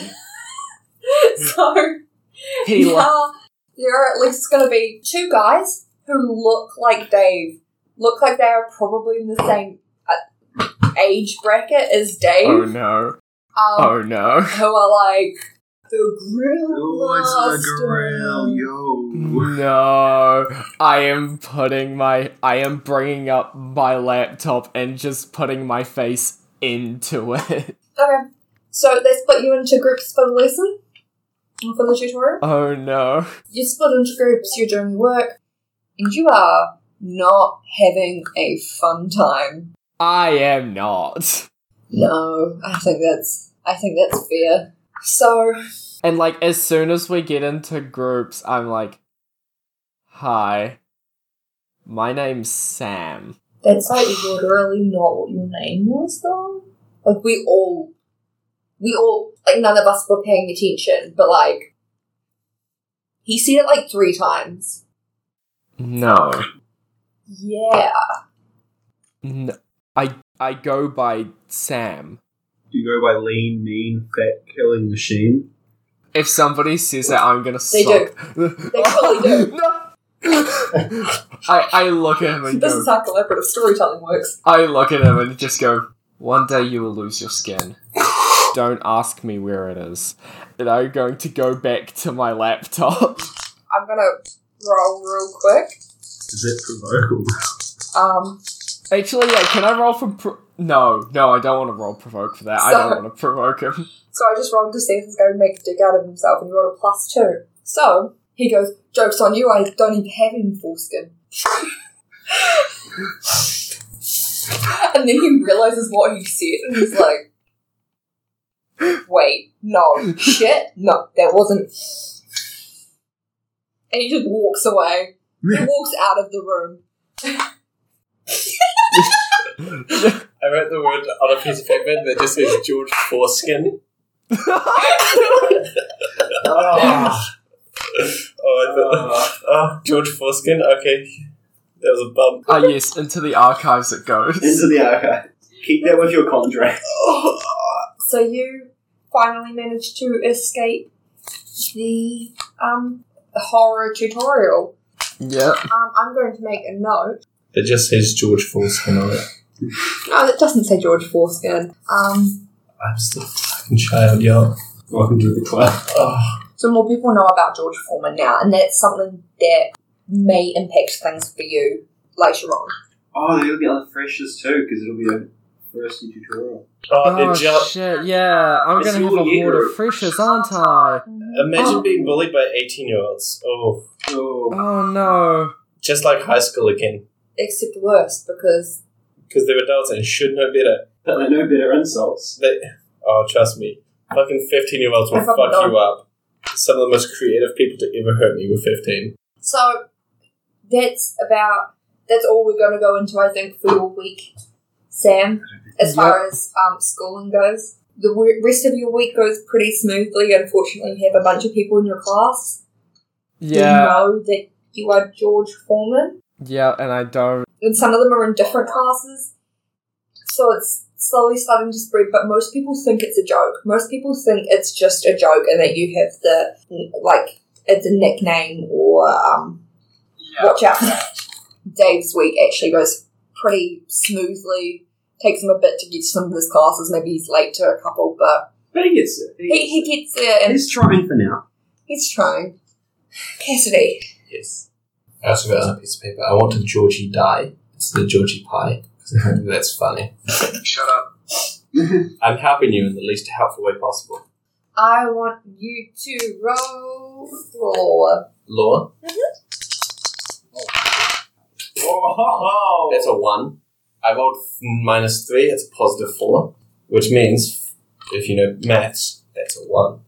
Speaker 4: so,
Speaker 5: He
Speaker 4: yeah,
Speaker 5: la-
Speaker 4: there are at least going to be two guys who look like Dave. Look like they are probably in the same uh, age bracket as Dave.
Speaker 5: oh no.
Speaker 4: um,
Speaker 5: Oh no.
Speaker 4: Who are like the grill
Speaker 3: Oh, it's
Speaker 4: master.
Speaker 3: the grill, yo.
Speaker 5: No. I am putting my. I am bringing up my laptop and just putting my face into it.
Speaker 4: Okay, so they split you into groups for the lesson, or for the tutorial.
Speaker 5: Oh no.
Speaker 4: You split into groups. You're doing your work, and you are not having a fun time.
Speaker 5: I am not.
Speaker 4: No, I think that's I think that's fair. So
Speaker 5: And like as soon as we get into groups, I'm like, "Hi, my name's Sam."
Speaker 4: that's like literally not what your name was though. Like we all we all like none of us were paying attention, but like he said it like three times.
Speaker 5: No,
Speaker 4: Yeah.
Speaker 5: N- I I go by Sam.
Speaker 3: You go by lean, mean, fat killing machine.
Speaker 5: If somebody says that, I'm gonna
Speaker 4: They do.
Speaker 5: sock. They
Speaker 4: totally do.
Speaker 5: No. I I look at him and
Speaker 4: This
Speaker 5: go.
Speaker 4: is how collaborative storytelling works.
Speaker 5: I look at him and just go. One day you will lose your skin. Don't ask me where it is. And I'm going to go back to my laptop.
Speaker 4: I'm gonna roll real quick.
Speaker 3: Is it provoke?
Speaker 4: Um
Speaker 5: Actually, yeah, can I roll for pro- No, no, I don't want to roll provoke for that. I
Speaker 4: Sorry.
Speaker 5: don't want to provoke him.
Speaker 4: so I just rolled to see if he's going to make a dick out of himself and he rolled a plus two. So he goes, Joke's on you, I don't even have any foreskin. And then he realizes what he said, and he's like, "Wait, no, shit, no, that wasn't." And he just walks away. He walks out of the room.
Speaker 6: I wrote the word on a piece of paper that just says George Foreskin.
Speaker 3: Oh,
Speaker 6: oh, I thought, oh, George Forskin. Okay, that was a bump.
Speaker 5: Ah, yes, into the archives it goes.
Speaker 3: Into the archive. Keep that with your contract.
Speaker 4: So you finally managed to escape the um, horror tutorial.
Speaker 5: yep.
Speaker 4: Um, I'm going to make a note.
Speaker 6: It just says George Forskin on it.
Speaker 4: No, it doesn't say George Forskin. Um,
Speaker 6: I'm still a fucking child, yo.
Speaker 7: Welcome to the club.
Speaker 6: Oh,
Speaker 4: so more people know about George Foreman now, and that's something that may impact things for you later on.
Speaker 3: Oh, it'll be on the freshers too, because it'll be a first tutorial.
Speaker 6: oh,
Speaker 5: Oh
Speaker 6: it just,
Speaker 5: shit! Yeah, I'm
Speaker 3: It's
Speaker 5: gonna have
Speaker 3: your
Speaker 5: a
Speaker 3: year.
Speaker 5: ward of freshers, aren't I?
Speaker 6: imagine
Speaker 4: Oh.
Speaker 6: being bullied by 18 year olds. Oh,
Speaker 3: Oh,
Speaker 5: Oh no!
Speaker 6: just like high school again.
Speaker 4: Except worse, because
Speaker 6: Because they're adults and should know better.
Speaker 3: but they know better insults.
Speaker 6: They, oh, trust me. Fucking 15 year olds will
Speaker 4: I fucking
Speaker 6: fuck
Speaker 4: don't.
Speaker 6: you up. Some of the most creative people to ever hurt me were 15.
Speaker 4: so that's about that's all we're going to go into. I think for your week, Sam, as far as um, schooling goes. The w- rest of your week goes pretty smoothly. Unfortunately, you have a bunch of people in your class who
Speaker 5: Yeah,
Speaker 4: know that you are George Foreman.
Speaker 5: yeah, and I don't.
Speaker 4: and some of them are in different classes. So it's slowly starting to spread, but most people think it's a joke. Most people think it's just a joke and that you have the, like, it's a nickname or, um,
Speaker 8: Yeah.
Speaker 4: watch out for that. Dave's week actually goes pretty smoothly. Takes him a bit to get to some of his classes. Maybe he's late to a couple, but
Speaker 3: But he gets it. He
Speaker 4: he,
Speaker 3: gets
Speaker 4: he gets there
Speaker 3: it.
Speaker 4: and
Speaker 3: He's trying for now.
Speaker 4: he's trying. Cassidy.
Speaker 6: Yes. I also got on a piece of paper. I want a Georgie die. It's the Georgie pie. That's funny.
Speaker 8: Shut up.
Speaker 6: I'm helping you in the least helpful way possible.
Speaker 4: I want you to roll floor.
Speaker 6: Law,
Speaker 3: Oh,
Speaker 6: that's a one. I rolled f- minus three. It's a positive four, which means if you know maths, that's a one,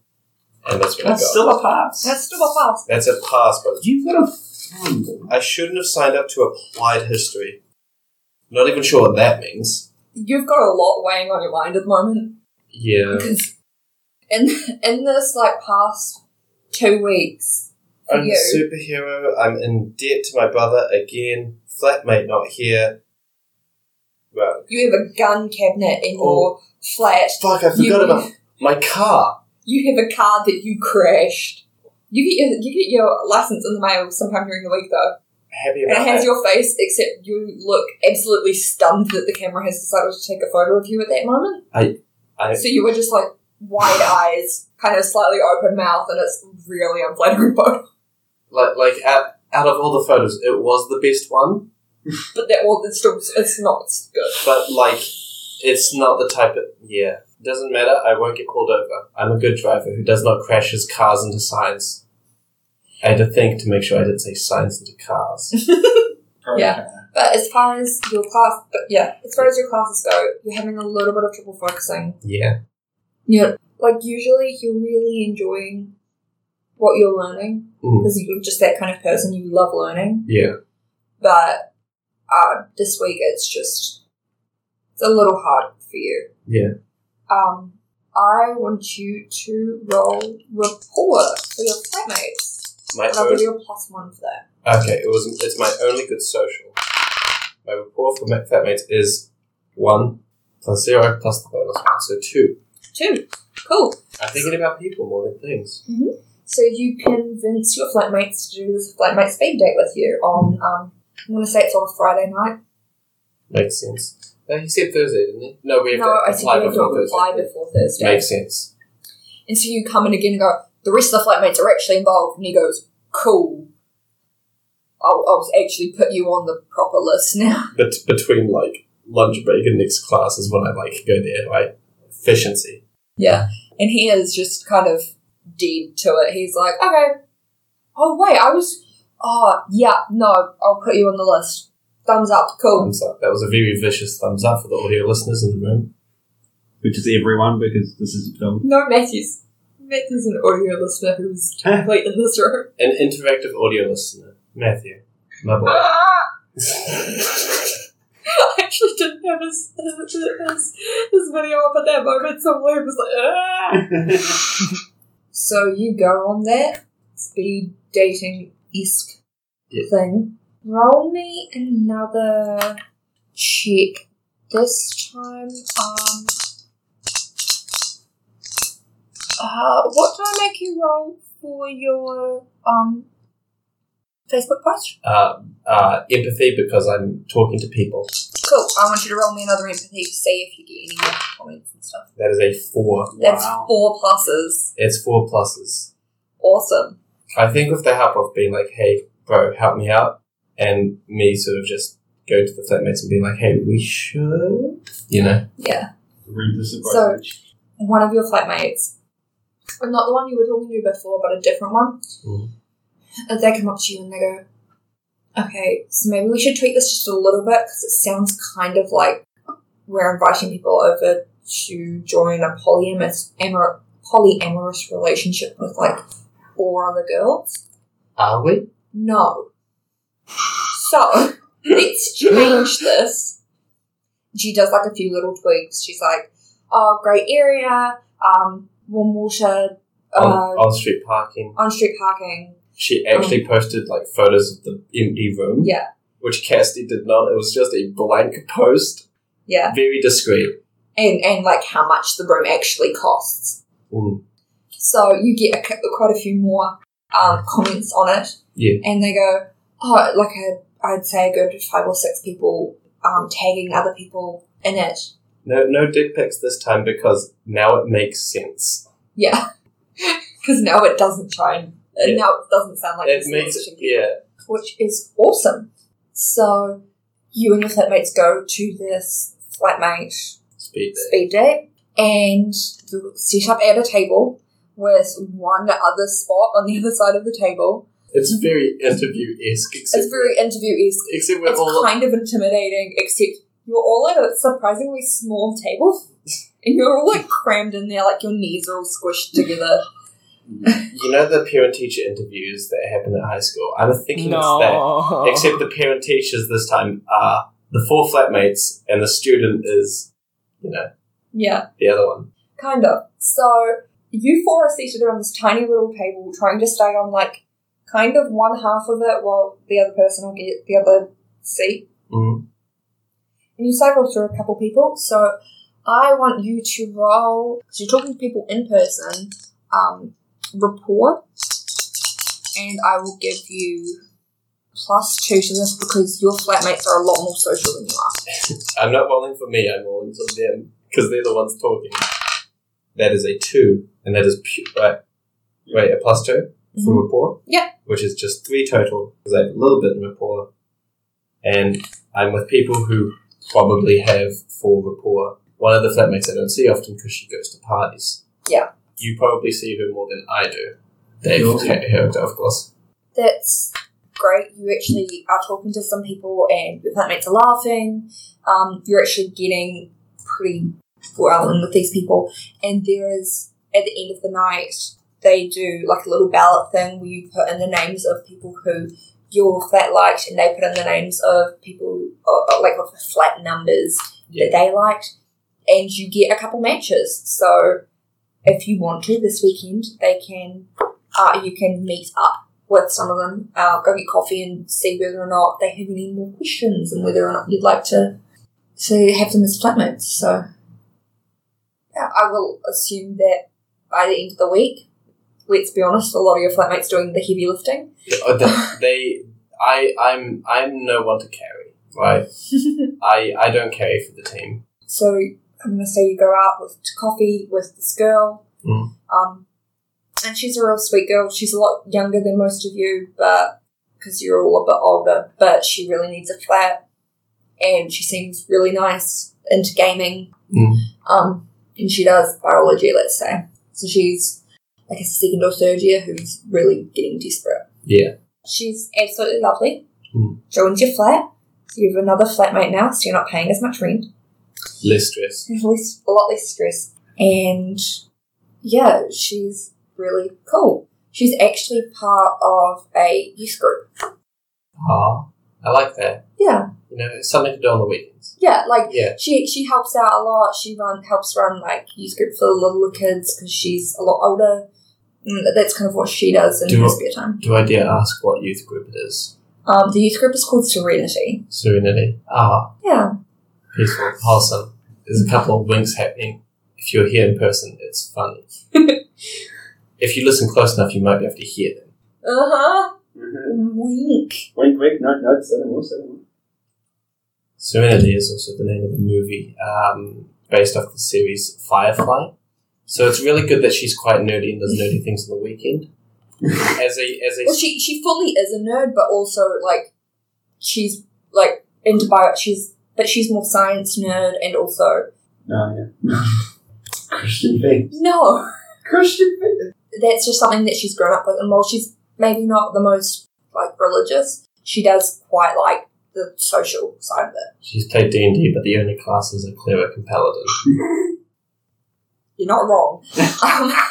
Speaker 6: and that's what I
Speaker 3: that's
Speaker 6: got.
Speaker 3: still a pass.
Speaker 4: That's still a pass.
Speaker 6: that's a pass, but
Speaker 3: You've got a fumble.
Speaker 6: I shouldn't have signed up to applied history. Not even sure what that means.
Speaker 4: You've got a lot weighing on your mind at the moment
Speaker 6: Yeah,
Speaker 4: because in in this like past two weeks, for
Speaker 6: I'm
Speaker 4: you,
Speaker 6: a superhero. I'm in debt to my brother again. Flatmate not here. Well,
Speaker 4: you have a gun cabinet in your flat.
Speaker 6: Oh, Fuck, I forgot
Speaker 4: You-
Speaker 6: about my car.
Speaker 4: You have a car that you crashed. You get your, you get your license in the mail sometime during the week though,
Speaker 6: Happy
Speaker 4: and
Speaker 6: about
Speaker 4: it has
Speaker 6: that.
Speaker 4: your face. Except you look absolutely stunned that the camera has decided to take a photo of you at that moment.
Speaker 6: I,
Speaker 4: So you were just like wide eyes, kind of slightly open mouth, and it's really unflattering photo.
Speaker 6: like, like out, out of all the photos, it was the best one,
Speaker 4: But that well, it's still it's not good.
Speaker 6: but like, it's not the type of. Yeah. Doesn't matter, I won't get pulled over. I'm a good driver who does not crash his cars into signs. I had to think to make sure I didn't say signs into cars.
Speaker 4: Yeah. But as far as your class, but yeah, as far as your classes go, you're having a little bit of trouble focusing.
Speaker 6: yeah.
Speaker 4: Yeah. Like usually, you're really enjoying what you're learning
Speaker 6: Mm.
Speaker 4: because you're just that kind of person. You love learning,
Speaker 6: Yeah.
Speaker 4: but uh, this week it's just it's a little hard for you.
Speaker 6: Yeah.
Speaker 4: Um, I want you to roll rapport for your flatmates.
Speaker 6: My
Speaker 4: And I'll give
Speaker 6: own,
Speaker 4: you a plus one for that.
Speaker 6: okay, it was it's my only good social. My report for my flatmates is one plus zero plus the bonus one, so two.
Speaker 4: Two. Cool.
Speaker 6: I'm thinking about people more than things.
Speaker 4: So you convince your flatmates to do this flatmate speed date with you on, um, I'm going to say it's on a Friday night.
Speaker 6: Makes sense. No, he said Thursday, didn't he? No, we have
Speaker 4: No,
Speaker 6: to
Speaker 4: I said
Speaker 6: apply
Speaker 4: you have to
Speaker 6: before Thursday.
Speaker 4: reply before Thursday.
Speaker 6: Makes sense.
Speaker 4: And so you come in again and go, the rest of the flatmates are actually involved. And he goes, cool. I'll, I'll actually put you on the proper list now.
Speaker 6: But between like lunch break and next class is when I like go there, right? Efficiency.
Speaker 4: Yeah. And he is just kind of dead to it. He's like, okay. Oh, wait, I was, oh, yeah, no, I'll put you on the list. Thumbs up, cool.
Speaker 6: Thumbs up. That was a very vicious thumbs up for the audio listeners in the room.
Speaker 3: Which is everyone because this is a film.
Speaker 4: No, Matthew's. Matthew's an audio listener who's technically in this room.
Speaker 6: An interactive audio listener, Matthew, my boy.
Speaker 8: Ah!
Speaker 4: I actually didn't have his, his, his, his video up at that moment, so Liam was like, ah! so you go on that. speed dating esque
Speaker 6: Yeah.
Speaker 4: thing. Roll me another check. This time, um. Uh, what do I make you roll for your um Facebook post?
Speaker 6: Uh, uh, empathy because I'm talking to people.
Speaker 4: Cool. I want you to roll me another empathy to see if you get any more comments and stuff.
Speaker 6: That is a four.
Speaker 4: That's four pluses.
Speaker 6: It's four pluses.
Speaker 4: Awesome.
Speaker 6: I think with the help of being like, hey, bro, help me out, and me sort of just going to the flatmates and being like, hey, we should, you know,
Speaker 4: Yeah.
Speaker 7: Read the surprise
Speaker 4: So-
Speaker 7: page.
Speaker 4: one of your flatmates, and not the one you were talking to before, but a different one,
Speaker 6: Mhm.
Speaker 4: and they Oh, come up to you and they go, "Okay, so maybe we should tweak this just a little bit because it sounds kind of like we're inviting people over to join a polyamorous amor- polyamorous relationship with like four other girls."
Speaker 6: are we?
Speaker 4: No. So let's change this. She does like a few little tweaks. She's like, "Oh, great area, um, warm water, uh,
Speaker 6: on, on street parking.
Speaker 4: on street parking."
Speaker 6: She actually posted like photos of the empty room.
Speaker 4: Yeah.
Speaker 6: Which Cassidy did not. It was just a blank post.
Speaker 4: Yeah,
Speaker 6: Very discreet.
Speaker 4: and and like how much the room actually costs.
Speaker 6: Mm.
Speaker 4: So you get a, cou- quite a few more um, comments on it.
Speaker 6: Yeah.
Speaker 4: and they go, "Oh, like a, I'd say a good five or six people um, tagging other people in it."
Speaker 6: No, no dick pics this time because now it makes sense.
Speaker 4: Yeah. Because now it doesn't try and uh,
Speaker 6: Yeah.
Speaker 4: now it doesn't sound like
Speaker 6: it
Speaker 4: it's
Speaker 6: makes
Speaker 4: messaging people,
Speaker 6: yeah.
Speaker 4: which is awesome. So you and your flatmates go to this flatmate
Speaker 6: Speed date.
Speaker 4: speed date and you set up at a table with one other spot on the other side of the table.
Speaker 6: It's very interview esque, except
Speaker 4: It's very interview esque.
Speaker 6: except we're
Speaker 4: It's
Speaker 6: all
Speaker 4: kind of intimidating, except you're all at a surprisingly small table. And you're all like crammed in there, like your knees are all squished together.
Speaker 6: you know the parent teacher interviews that happen at high school. I'm thinking it's that.
Speaker 5: No.
Speaker 6: Except the parent teachers this time are the four flatmates, and the student is, you know,
Speaker 4: Yeah.
Speaker 6: the other one.
Speaker 4: Kind of. So you four are seated around this tiny little table, trying to stay on like kind of one half of it while the other person will get the other seat.
Speaker 6: Mm.
Speaker 4: And you cycle through a couple people. So I want you to roll. Because you're talking to people in person. Um, rapport, and I will give you plus two to this because your flatmates are a lot more social than you are.
Speaker 6: I'm not rolling for me. I'm rolling for them because they're the ones talking. That is a two, and that is pu- right. Wait, a plus two for
Speaker 4: Mhm.
Speaker 6: rapport.
Speaker 4: Yeah.
Speaker 6: which is just three total because I have a little bit in rapport, and I'm with people who probably have four rapport. One of the flatmates I don't see often because she goes to parties.
Speaker 4: Yeah.
Speaker 6: you probably see her more than I do. Dave,
Speaker 7: Sure.
Speaker 6: ha- her, of course.
Speaker 4: that's great. You actually are talking to some people and your flatmates are laughing. Um, you're actually getting pretty well in with these people. And there is, at the end of the night, they do like a little ballot thing where you put in the names of people who your flat liked and they put in the names of people, or, or, like of the flat numbers
Speaker 6: Yeah.
Speaker 4: that they liked. And you get a couple matches. So if you want to this weekend, they can, uh, you can meet up with some of them, uh, go get coffee and see whether or not they have any more questions and whether or not you'd like to to have them as flatmates. So yeah, I will assume that by the end of the week, let's be honest, a lot of your flatmates doing the heavy lifting.
Speaker 6: Uh, the- they, I, I'm, I'm no one to carry. Right, I, I don't carry for the team.
Speaker 4: So I'm gonna say you go out with to coffee with this girl.
Speaker 6: Mm.
Speaker 4: Um, and she's a real sweet girl. She's a lot younger than most of you, but because you're all a bit older, but she really needs a flat, and she seems really nice into gaming.
Speaker 6: Mm.
Speaker 4: Um, and she does biology, let's say. So she's like a second or third year who's really getting desperate.
Speaker 6: Yeah.
Speaker 4: She's absolutely lovely.
Speaker 6: Mm.
Speaker 4: Joins your flat. You have another flatmate now, so you're not paying as much rent
Speaker 6: Less stress.
Speaker 4: there's less, a lot less stress. And yeah, she's really cool. She's actually part of a youth group.
Speaker 6: Ah, I like that.
Speaker 4: Yeah,
Speaker 6: You know, it's something to do on the weekends.
Speaker 4: yeah. Like
Speaker 6: Yeah.
Speaker 4: she she helps out a lot. She run helps run like youth group for the little kids because she's a lot older. Mm, that's kind of what she does in
Speaker 6: Do
Speaker 4: her
Speaker 6: it.
Speaker 4: spare time.
Speaker 6: Do I dare ask what youth group it is?
Speaker 4: Um, the youth group is called Serenity.
Speaker 6: Serenity. Ah,
Speaker 4: Yeah.
Speaker 6: peaceful, wholesome. There's a couple of winks happening. If you're here in person, it's funny. if you listen close enough, you might be able to hear them.
Speaker 4: Uh
Speaker 6: Uh-huh.
Speaker 4: huh.
Speaker 3: Mhm.
Speaker 4: Wink.
Speaker 3: Wink, wink. No, no. Say no more. Say no more.
Speaker 6: Serenity is also the name of the movie, um, based off the series Firefly. So it's really good that she's quite nerdy and does nerdy things on the weekend. As a as a
Speaker 4: Well, she she fully is a nerd, but also like she's like into bio. She's but she's more science nerd, and also
Speaker 3: No, yeah. Christian faith.
Speaker 4: no.
Speaker 3: Christian faith.
Speaker 4: that's just something that she's grown up with. And while she's maybe not the most like religious, she does quite like the social side of it.
Speaker 6: she's played D and D, but the only classes are cleric and paladin.
Speaker 4: You're not wrong. um,
Speaker 6: I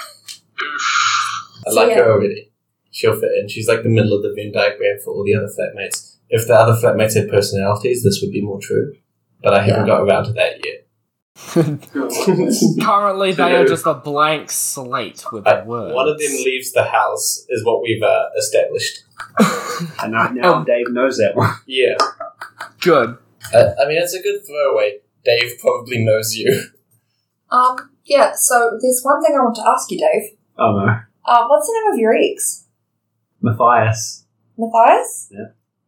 Speaker 4: So,
Speaker 6: like
Speaker 4: yeah.
Speaker 6: her already. She'll fit in. She's like the middle of the Venn diagram for all the other flatmates. If the other flatmates had personalities, this would be more true. But I haven't got around to that yet.
Speaker 5: Currently, they are just a blank slate with
Speaker 6: I-
Speaker 5: words.
Speaker 6: One of them leaves the house, is what we've uh, established.
Speaker 3: And now, now
Speaker 5: Oh.
Speaker 3: Dave knows that one.
Speaker 6: Yeah.
Speaker 5: Good.
Speaker 6: Uh, I mean, it's a good throwaway. Dave probably knows you.
Speaker 4: um, yeah. So there's one thing I want to ask you, Dave.
Speaker 3: Oh no,
Speaker 4: Uh, what's the name of your ex,
Speaker 3: Matthias.
Speaker 4: Matthias?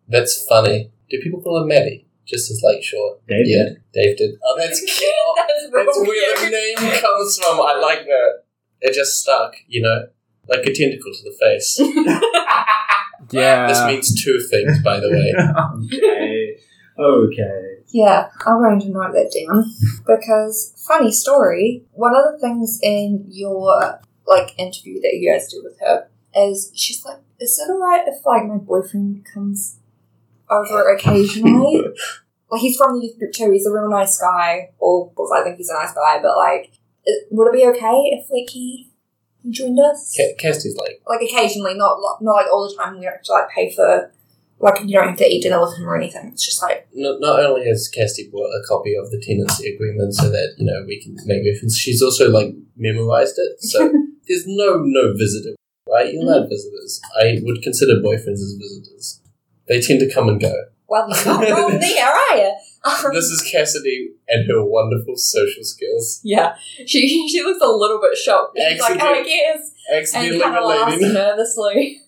Speaker 6: That's funny. Do people call him Maddie? Just as like short.
Speaker 3: Dave
Speaker 6: yeah,
Speaker 3: did.
Speaker 6: Dave did. Oh, that's cute. That's where the name comes from. I like that. It just stuck, you know, like a tentacle to the face.
Speaker 5: Yeah.
Speaker 6: This means two things, by the way.
Speaker 3: okay. Okay.
Speaker 4: Yeah, I'm going to note that down because funny story. One of the things in your like interview that you guys did with her is she's like, "Is it alright if like my boyfriend comes over occasionally?" like he's from the youth group too. He's a real nice guy. Or well, I think he's a nice guy, but like, it, would it be okay if like he joined us?
Speaker 6: Ca- Kirsty's like,
Speaker 4: Like occasionally, not lo- not like all the time. We don't have to like pay for like you don't have to eat dinner with him or anything. It's just like
Speaker 6: not, not only has Kirsty bought a copy of the tenancy agreement so that, you know, we can make reference, she's also like memorized it. So there's no no visitor, right? You're
Speaker 4: Mm.
Speaker 6: not visitors. I would consider boyfriends as visitors. They tend to come and go.
Speaker 4: Well, Um, you're not wrong there, are you?
Speaker 6: This is Cassidy and her wonderful social skills.
Speaker 4: yeah, she she looks a little bit shocked. She's like, oh, I
Speaker 6: Accident-
Speaker 4: guess, and
Speaker 6: Accidentally
Speaker 4: kind of laughs
Speaker 6: relating.
Speaker 4: nervously.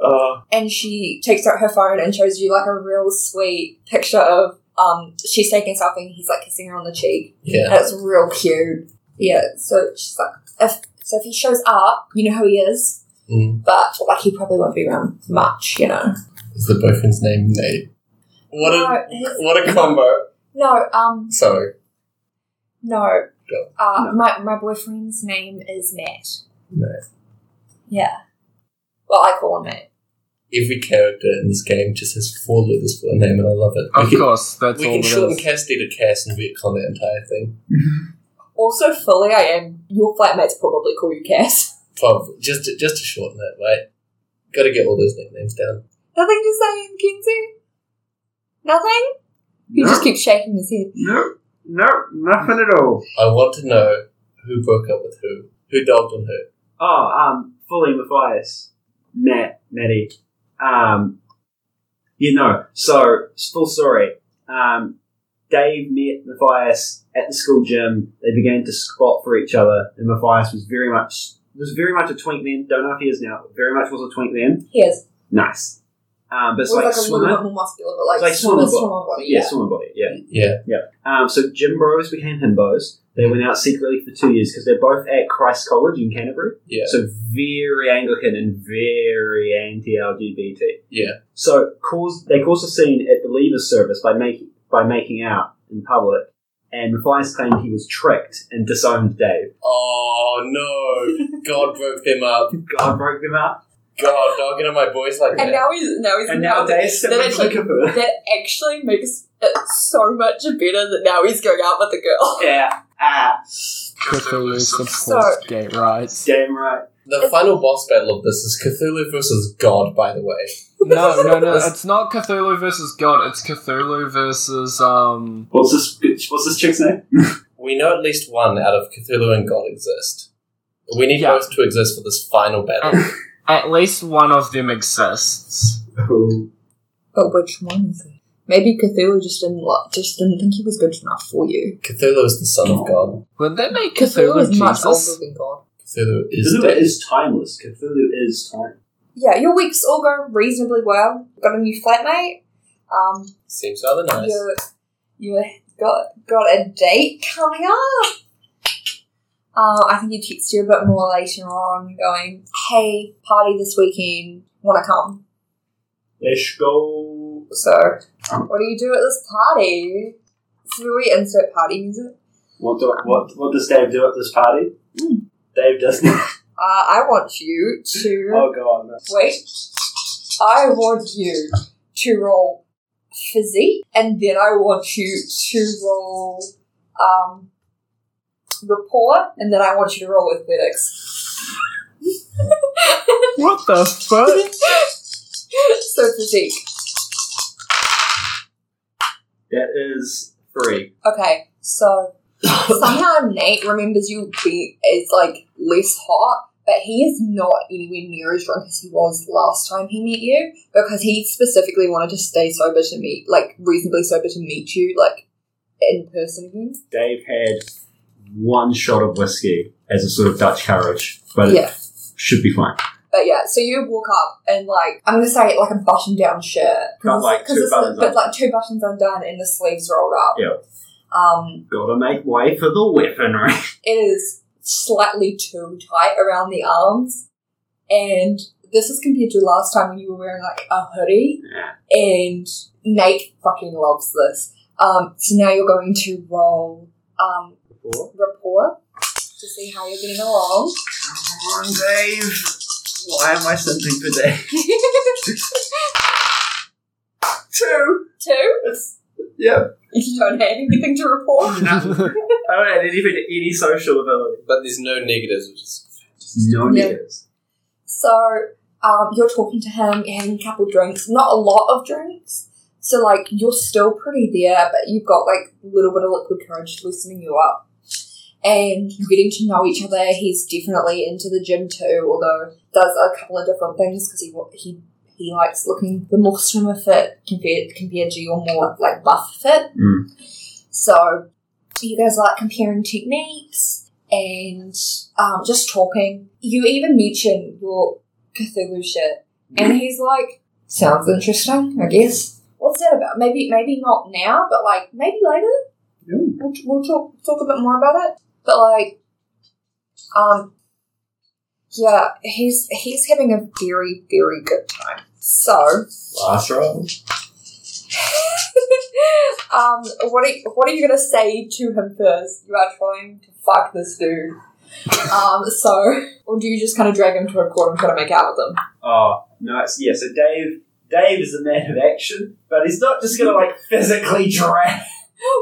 Speaker 6: Uh,
Speaker 4: And she takes out her phone and shows you like a real sweet picture of um she's taking a selfie and he's like kissing her on the cheek.
Speaker 6: yeah.
Speaker 4: That's real cute. Yeah, so she's like, if so, if he shows up, you know who he is,
Speaker 6: Mm.
Speaker 4: but like he probably won't be around much, you know.
Speaker 6: Is the boyfriend's name Nate? What a,
Speaker 4: no, his-
Speaker 6: what a combo.
Speaker 4: no, um,
Speaker 6: Sorry.
Speaker 4: no.
Speaker 6: Go.
Speaker 4: Uh, My my boyfriend's name is Matt.
Speaker 6: Matt.
Speaker 4: Yeah. Well, I call him Matt.
Speaker 6: Every character in this game just has four letters for a name, and I love it.
Speaker 5: of
Speaker 6: We can-
Speaker 5: course, that's
Speaker 6: We
Speaker 5: all
Speaker 6: can
Speaker 5: it
Speaker 6: shorten
Speaker 5: is.
Speaker 6: Cassidy to Cass and retcon that entire thing.
Speaker 4: Also, fully, I am your flatmates probably call you Cass.
Speaker 6: Probably. Just to, just to shorten it, right? Gotta get all those nicknames down.
Speaker 4: Nothing to say, Kinsey. Nothing. He just keeps shaking his head.
Speaker 3: No, no, nothing at all.
Speaker 6: I want to know who broke up with who, who dogged on who.
Speaker 3: Oh, um, fully Matthias, Matt, Matty. Um, you know, so full story. Um, Dave met Matthias at the school gym. They began to squat for each other, and Matthias was very much was very much a twink then. Don't know if he is now. but Very much was a twink then.
Speaker 4: He is.
Speaker 3: Nice. Um, but it's
Speaker 4: Well,
Speaker 3: like,
Speaker 4: like a little bit
Speaker 3: swimmer.
Speaker 4: more muscular, but like,
Speaker 3: It's like
Speaker 4: swimmer,
Speaker 3: swimmer
Speaker 4: swimmer body.
Speaker 3: Yeah,
Speaker 4: Yeah.
Speaker 3: swimmer body. Yeah.
Speaker 6: Yeah.
Speaker 3: Um, so Jim Bros became himbos. They went out secretly for two years because they're both at Christ College in Canterbury.
Speaker 6: Yeah.
Speaker 3: So very Anglican and very anti-LGBT.
Speaker 6: Yeah.
Speaker 3: So caused, they caused a scene at the Leavers service by making by making out in public, and Matthias claimed he was tricked and disowned Dave.
Speaker 6: Oh no. God broke them up.
Speaker 3: God broke them up,
Speaker 6: God dogging on my boys like
Speaker 4: And
Speaker 6: that.
Speaker 4: now he's now he's
Speaker 3: and now Dave's
Speaker 4: that
Speaker 3: simply
Speaker 4: actually-
Speaker 3: like a
Speaker 4: that actually makes it so much better that now he's going out with a girl.
Speaker 3: Yeah, ah,
Speaker 5: Cthulhu
Speaker 4: So-
Speaker 5: supports gay rights.
Speaker 3: damn right.
Speaker 6: The final boss battle of this is Cthulhu versus God, by the way.
Speaker 5: No, no, no. It's not Cthulhu versus God. It's Cthulhu versus um.
Speaker 3: What's this? What's this chick's name?
Speaker 6: We know at least one out of Cthulhu and God exist. We need
Speaker 5: Yeah.
Speaker 6: both to exist for this final battle.
Speaker 5: At least one of them exists.
Speaker 3: Oh,
Speaker 4: But which one is it? Maybe Cthulhu just didn't like, just didn't think he was good enough for
Speaker 5: Oh.
Speaker 4: you.
Speaker 6: Cthulhu is the son of God.
Speaker 5: Would that make
Speaker 4: Cthulhu
Speaker 5: Cthulhu
Speaker 4: is much older
Speaker 5: Jesus?
Speaker 4: than God.
Speaker 6: Cthulhu is
Speaker 3: Cthulhu
Speaker 6: dead.
Speaker 3: is timeless. Cthulhu is time.
Speaker 4: Yeah, your weeks all go reasonably well. Got a new flatmate. Um,
Speaker 6: Seems rather nice.
Speaker 4: you you got got a date coming up. Uh, I think you text you a bit more later on, going, "Hey, party this weekend. Want to come?"
Speaker 3: Let's go.
Speaker 4: So, what do you do at this party? So we insert party music.
Speaker 3: What do what what does Dave do at this party? Dave Oh, does not.
Speaker 4: Uh, I want you to
Speaker 3: Oh god. No.
Speaker 4: Wait. I want you to roll physique, and then I want you to roll um, rapport, and then I want you to roll athletics.
Speaker 5: What the fuck?
Speaker 4: so physique.
Speaker 3: That is three.
Speaker 4: Okay, so somehow Nate remembers you being as like less hot, but he is not anywhere near as drunk as he was last time he met you because he specifically wanted to stay sober to meet, like reasonably sober to meet you, like in person again.
Speaker 3: Dave had one shot of whiskey as a sort of Dutch courage, but
Speaker 4: Yeah.
Speaker 3: it should be fine.
Speaker 4: But yeah, so you walk up and like I'm gonna say like a button down shirt,
Speaker 3: Got, like, two
Speaker 4: it's the-
Speaker 3: buttons
Speaker 4: but
Speaker 3: up.
Speaker 4: like two buttons undone and the sleeves rolled up.
Speaker 3: Yeah.
Speaker 4: Um,
Speaker 3: Gotta make way for the weaponry.
Speaker 4: it is slightly too tight around the arms, and this is compared to last time when you were wearing like a hoodie. And Nate fucking loves this. Um, so now you're going to roll um
Speaker 3: Four.
Speaker 4: rapport to see how you're getting along.
Speaker 3: Come on, Dave. Why am I sending for Dave? Two.
Speaker 4: Two.
Speaker 3: It's yeah.
Speaker 4: You don't have anything to report.
Speaker 3: I don't add anything to any social ability.
Speaker 6: But there's no negatives, which is
Speaker 3: No
Speaker 4: Yeah.
Speaker 3: negatives.
Speaker 4: So um, you're talking to him, you're having a couple drinks, not a lot of drinks. So like you're still pretty there, but you've got like a little bit of liquid courage loosening you up, and you're getting to know each other. He's definitely into the gym too, although does a couple of different things because he wa- he he likes looking the more swimmer fit compared compared to your more like buff fit.
Speaker 3: Mm.
Speaker 4: So you guys are like comparing techniques and um, just talking. You even mention your Cthulhu shit, and he's like, "Sounds interesting, I guess." What's that about? Maybe, maybe not now, but like maybe later. We'll, we'll talk talk a bit more about it. But like, um, yeah, he's he's having a very very good time. So,
Speaker 6: last round.
Speaker 4: um, what are, you- what are you gonna say to him first? You are trying to fuck this dude. Um, so, or do you just kind of drag him to a corner and try to make out with him?
Speaker 3: Oh, nice. Yeah, so Dave Dave is a man of action, but he's not just gonna like physically drag.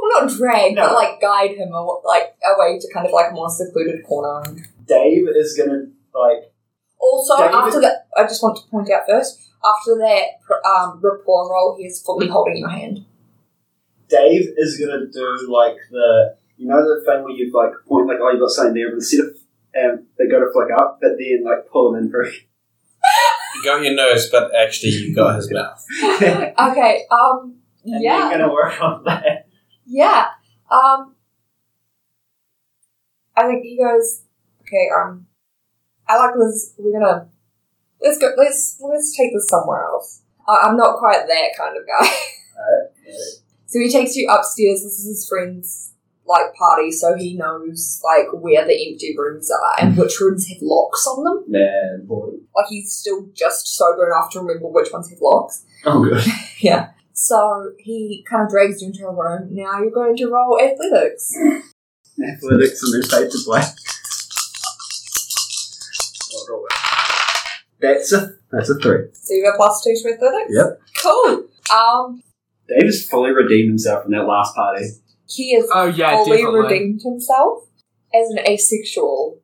Speaker 4: Well, not drag, but
Speaker 3: No.
Speaker 4: like guide him or like away to kind of like a more secluded corner.
Speaker 3: Dave is gonna like
Speaker 4: Also,
Speaker 3: David-
Speaker 4: after that, I just want to point out first. After that pr- um, rapport roll, he is fully holding your hand.
Speaker 3: Dave is gonna do like the you know the thing where you like point like oh you've got something there, but instead of um, they go to flick up, but then like pull them in for
Speaker 6: You got your nose, but actually you got his mouth.
Speaker 3: and
Speaker 4: Okay. Um. yeah.
Speaker 3: you're gonna work on that.
Speaker 4: Yeah. Um, I think he goes, okay, um, I like this, we're gonna, let's go, let's, let's take this somewhere else. I, I'm not quite that kind of guy. so he takes you upstairs, this is his friend's, like, party, so he knows, like, where the empty rooms are and which rooms have locks on them.
Speaker 3: Man, boy.
Speaker 4: Like, he's still just sober enough to remember which ones have locks.
Speaker 3: Oh good.
Speaker 4: So he kind of drags you into a room. Now you're going to roll athletics.
Speaker 3: Athletics and then fade to black. Oh, roll that. That's a that's a three.
Speaker 4: So you got plus two to athletics?
Speaker 3: Yep.
Speaker 4: Cool. Um,
Speaker 3: Dave has fully redeemed himself from that last party.
Speaker 4: he has
Speaker 5: Oh yeah,
Speaker 4: fully
Speaker 5: definitely.
Speaker 4: redeemed himself as an asexual.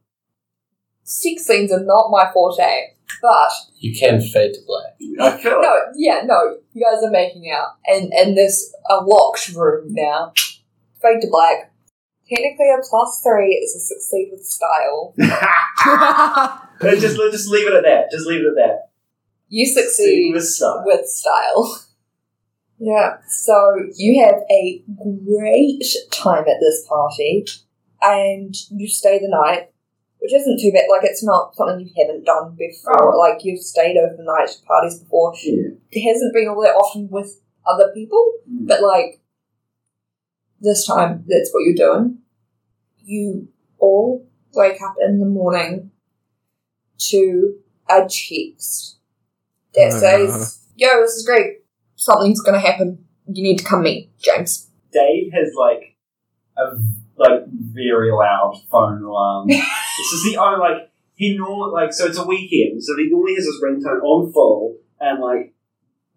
Speaker 4: Sex scenes are not my forte, but
Speaker 6: You can fade to black.
Speaker 3: I feel
Speaker 4: no, yeah, no, you guys are making out, and and there's a locked room now. Fade to black. Technically, a plus three is a succeed with style.
Speaker 3: Let's just let's just leave it at that. Just leave it at that.
Speaker 4: You
Speaker 3: See
Speaker 4: succeed
Speaker 3: with style.
Speaker 4: with style. Yeah, so you have a great time at this party, and you stay the night, which isn't too bad. Like, it's not something you haven't done before. Like, you've stayed overnight at parties before.
Speaker 3: Oh. Yeah.
Speaker 4: It hasn't been all that often with other people,
Speaker 3: Mm.
Speaker 4: but like, this time, that's what you're doing. You all wake up in the morning to a text that says, Yo, this is great. Something's gonna happen. You need to come meet James.
Speaker 3: Dave has like a v- like very loud phone alarm. this is the only like he normally like so it's a weekend, so he normally has his ringtone on full and like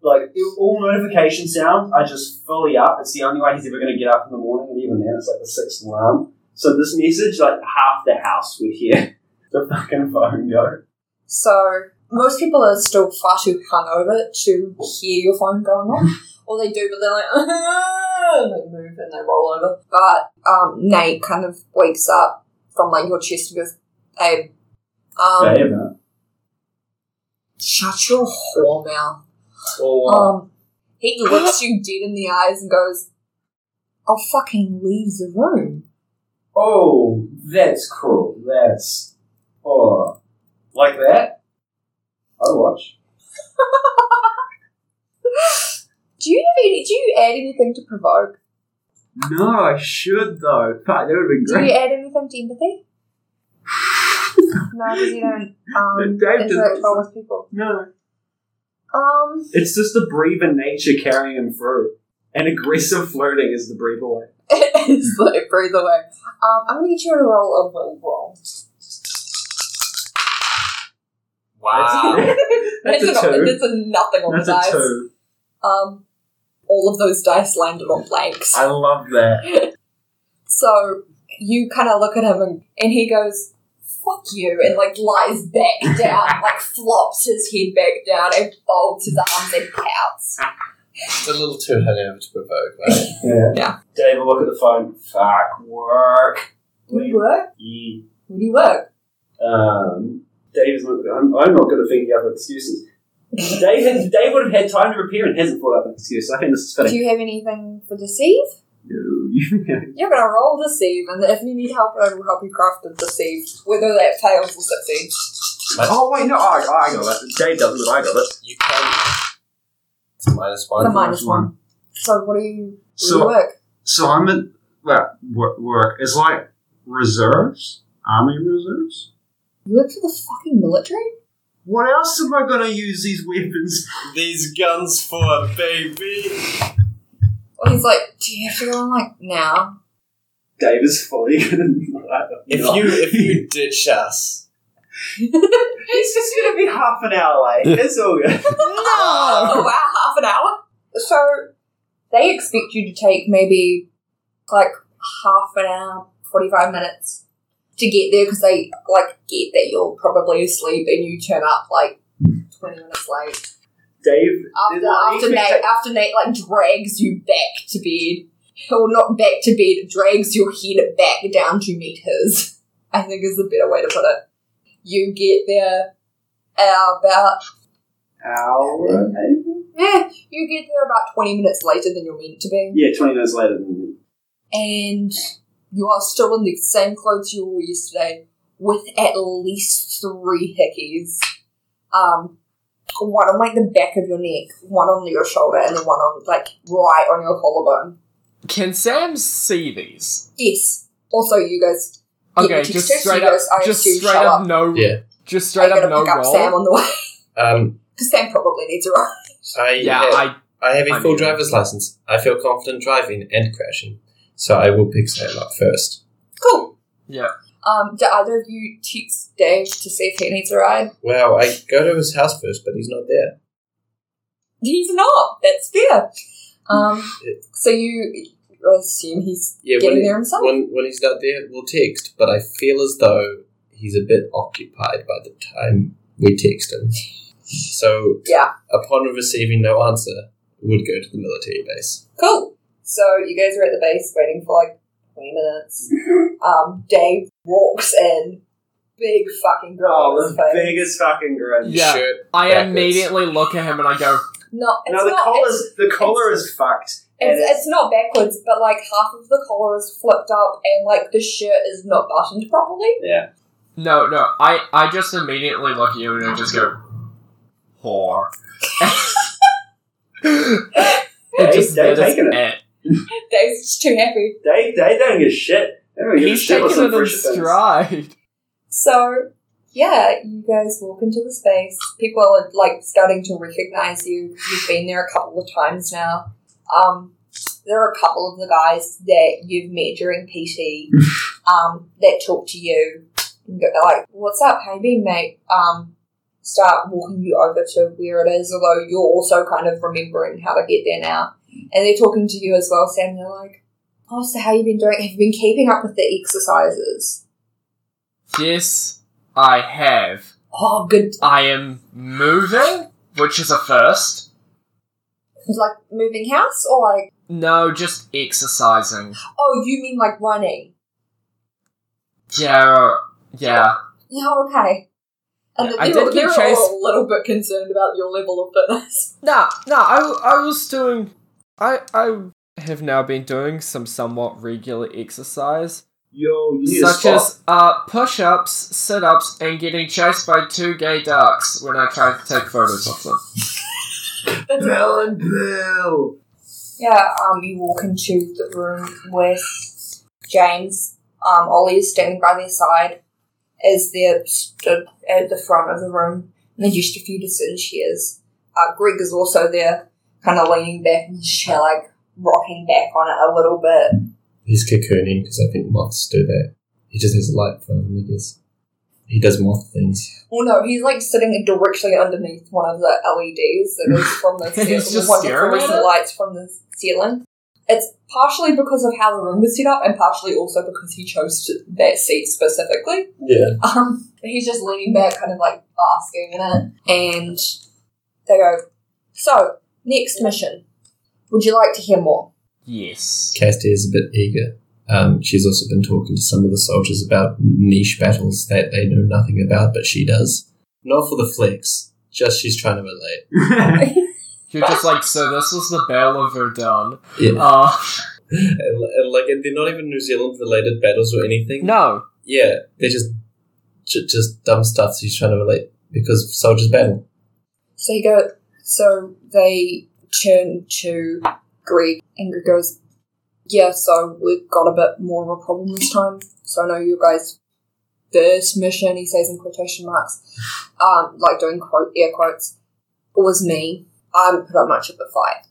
Speaker 3: like it- all notification sounds are just fully up. It's the only way he's ever going to get up in the morning, and even then, it's like the sixth alarm. So this message, like half the house would hear the fucking phone go.
Speaker 4: So most people are still far too hungover to hear your phone going off. or they do, but they're like, and they move and they roll over. But um, Nate kind of wakes up from like your chest and goes, Hey, um,
Speaker 3: Dave, huh?
Speaker 4: shut your whore mouth.
Speaker 3: Or,
Speaker 4: Um, he looks you dead in the eyes and goes, I'll fucking leave the room.
Speaker 3: oh, that's cool. That's oh, like that. I watch.
Speaker 4: Do you have any, do you add anything to provoke?
Speaker 3: No, I should though. Fuck, that would have been
Speaker 4: Do you
Speaker 3: great.
Speaker 4: add anything to empathy? no, because you don't um,
Speaker 3: But Dave does
Speaker 4: interact well
Speaker 3: not-
Speaker 4: with people.
Speaker 3: No.
Speaker 4: Um,
Speaker 3: It's just the breather nature carrying him through. And aggressive flirting is the breathe away.
Speaker 4: it is like breathe away. Um, I'm gonna need you to roll a will roll.
Speaker 3: Wow. That's a
Speaker 4: It's an-
Speaker 3: two.
Speaker 4: it's a nothing on
Speaker 3: That's
Speaker 4: the dice.
Speaker 3: a two.
Speaker 4: Um, all of those dice landed on blanks.
Speaker 3: I love that.
Speaker 4: So you kind of look at him and, and he goes, fuck you, and like lies back down, like flops his head back down and folds his arms and pouts.
Speaker 6: It's a little too hungover to provoke, right?
Speaker 3: Yeah.
Speaker 4: Yeah.
Speaker 3: Dave will look at the phone. Fuck, work.
Speaker 4: Do you work?
Speaker 3: Yeah.
Speaker 4: Where do you work?
Speaker 3: Um, Dave's not, I'm, I'm not good at thinking up excuses. Dave, had- Dave would have had time to prepare and hasn't thought up an excuse. I think this is
Speaker 4: Do
Speaker 3: fitting.
Speaker 4: you have anything for deceive?
Speaker 3: No.
Speaker 4: You're gonna roll deceive, and if you need help, I will help you craft the deceive, whether that fails or succeeds.
Speaker 3: oh, wait, no, I, I got it. Dave doesn't, but I got it.
Speaker 6: you can. It's a minus
Speaker 4: It's a
Speaker 6: one.
Speaker 4: minus one. So what do you? Where do you
Speaker 3: So-
Speaker 4: work?
Speaker 3: So I'm at well, work, work. It's like reserves, army reserves.
Speaker 4: You work for the fucking military?
Speaker 3: What else am I gonna use these weapons?
Speaker 6: These guns for baby.
Speaker 4: Well, he's like, do you have to go on like now?
Speaker 3: Dave is fully gonna.
Speaker 6: If you if you ditch us,
Speaker 3: he's just gonna be half an hour late. It's all good.
Speaker 4: Oh wow, half an hour. So they expect you to take maybe like half an hour, forty five minutes to get there because they like get that you're probably asleep and you turn up like twenty minutes late.
Speaker 3: Dave,
Speaker 4: after
Speaker 3: Like,
Speaker 4: after
Speaker 3: expect-
Speaker 4: Nate after Nate like drags you back to bed. Or not back to bed, drags your head back down to meet his. I think is the better way to put it. You get there uh, about
Speaker 3: hour maybe.
Speaker 4: eh, you get there about twenty minutes later than you're meant to be.
Speaker 3: Yeah, twenty minutes later than me.
Speaker 4: And you are still in the same clothes you wore yesterday, with at least three hickeys. Um one on like the back of your neck, one on your shoulder, and then one on like right on your collarbone.
Speaker 5: Can Sam see these?
Speaker 4: Yes. Also, you guys. get
Speaker 5: Okay,
Speaker 4: your
Speaker 5: just
Speaker 4: text,
Speaker 5: straight
Speaker 4: you
Speaker 5: up,
Speaker 4: guys, I
Speaker 5: just
Speaker 4: assume,
Speaker 5: straight
Speaker 4: show
Speaker 5: up, no,
Speaker 6: Yeah.
Speaker 5: just straight
Speaker 4: Are you
Speaker 5: up,
Speaker 4: gonna
Speaker 5: no
Speaker 4: pick up
Speaker 5: roll.
Speaker 4: Sam on the way
Speaker 6: um,
Speaker 4: because Sam probably needs a ride.
Speaker 6: I
Speaker 5: yeah,
Speaker 6: have,
Speaker 5: I
Speaker 6: I have a
Speaker 5: I
Speaker 6: full
Speaker 5: mean-
Speaker 6: driver's license. I feel confident driving and crashing, so I will pick Sam up first.
Speaker 4: Cool.
Speaker 5: Yeah.
Speaker 4: Um, do either of you text Dave to see if he needs a ride?
Speaker 6: Wow, I go to his house first, but he's not there.
Speaker 4: He's not. That's fair. Um,
Speaker 6: Yeah.
Speaker 4: so you I assume he's
Speaker 6: Yeah,
Speaker 4: getting
Speaker 6: when, he-
Speaker 4: there himself.
Speaker 6: when when he's not there, we'll text. But I feel as though he's a bit occupied by the time we text him. So
Speaker 4: Yeah.
Speaker 6: upon receiving no answer, would go to the military base.
Speaker 4: Cool. So you guys are at the base waiting for like 20 minutes. Um, Dave walks in, big fucking grin on
Speaker 3: Oh,
Speaker 4: his
Speaker 3: the
Speaker 4: face.
Speaker 3: biggest fucking grin.
Speaker 5: Yeah.
Speaker 6: Shirt.
Speaker 5: I
Speaker 6: Backwards.
Speaker 5: immedially look at him and I go,
Speaker 4: No, it's
Speaker 3: Now the
Speaker 4: not. it's,
Speaker 3: collar's the collar is fucked. and
Speaker 4: it's, it's not backwards, but like half of the collar is flipped up and like the shirt is not buttoned properly.
Speaker 5: no, no. I, I just immediately look at you and I just go, whore.
Speaker 3: Hey,
Speaker 5: it just,
Speaker 3: they're
Speaker 5: that is
Speaker 3: taking it.
Speaker 5: it.
Speaker 4: Dave's just too happy.
Speaker 3: They they don't give a shit. They don't give a
Speaker 5: He's
Speaker 3: shit
Speaker 5: taking
Speaker 3: what's in
Speaker 5: it in
Speaker 3: fresh offense.
Speaker 5: stride.
Speaker 4: So, yeah, you guys walk into the space. People are like starting to recognize you. You've been there a couple of times now. Um, there are a couple of the guys that you've met during PT um, that talk to you. And go, like, what's up? How you been, mate? Um, start walking you over to where it is, although you're also kind of remembering how to get there now. And they're talking to you as well, Sam. They're like, oh, so how you been doing? Have you been keeping up with the exercises?
Speaker 5: Yes, I have.
Speaker 4: Oh, good.
Speaker 5: I am moving, which is a first.
Speaker 4: Like moving house or like.
Speaker 5: No, just exercising.
Speaker 4: Oh, you mean like running?
Speaker 5: Yeah, yeah.
Speaker 4: Yeah, okay. And
Speaker 5: Yeah, I
Speaker 4: they were-
Speaker 5: did
Speaker 4: they
Speaker 5: get
Speaker 4: were
Speaker 5: chased-
Speaker 4: all a little bit concerned about your level of fitness.
Speaker 5: Nah, nah. I, I was doing. I I have now been doing some somewhat regular exercise,
Speaker 3: Yo, you need a
Speaker 5: such
Speaker 3: spot.
Speaker 5: as uh push-ups, sit-ups, and getting chased by two gay ducks when I tried to take photos of them.
Speaker 3: Bill and Bill.
Speaker 4: Yeah, um, you walk into the room with James. Um, Ollie is standing by their side as they're stood at the front of the room. And there's just a few decision chairs. Uh, Greg is also there, kind of leaning back in his chair, like rocking back on it a little bit.
Speaker 6: He's cocooning because I think moths do that. He just has a light for him, I guess. He does moth things.
Speaker 4: Well, no, he's like sitting directly underneath one of the LEDs that is from the ceiling.
Speaker 5: He's just
Speaker 4: one of the
Speaker 5: staring at
Speaker 4: fluorescent
Speaker 5: it?
Speaker 4: lights from the ceiling. It's partially because of how the room was set up, and partially also because he chose to, that seat specifically.
Speaker 6: Yeah.
Speaker 4: Um, but he's just leaning back, kind of like basking in it. And they go, "So next mission, would you like to hear more?"
Speaker 5: Yes.
Speaker 6: Casty is a bit eager. Um, she's also been talking to some of the soldiers about niche battles that they know nothing about, but she does. Not for the flex, just she's trying to relate.
Speaker 5: You're just like, so this was the Battle of Verdun.
Speaker 6: Yeah.
Speaker 5: Uh,
Speaker 6: And, and like, and they're not even New Zealand related battles or anything.
Speaker 5: no,
Speaker 6: Yeah, they're just, ju- just dumb stuff she's trying to relate because soldiers battle.
Speaker 4: So you go. So they turn to Greg, and Greg goes, "Yeah, so we've got a bit more of a problem this time. So I know you guys first mission," he says in quotation marks, um, like doing quote air quotes, was me. I haven't put up much of a fight.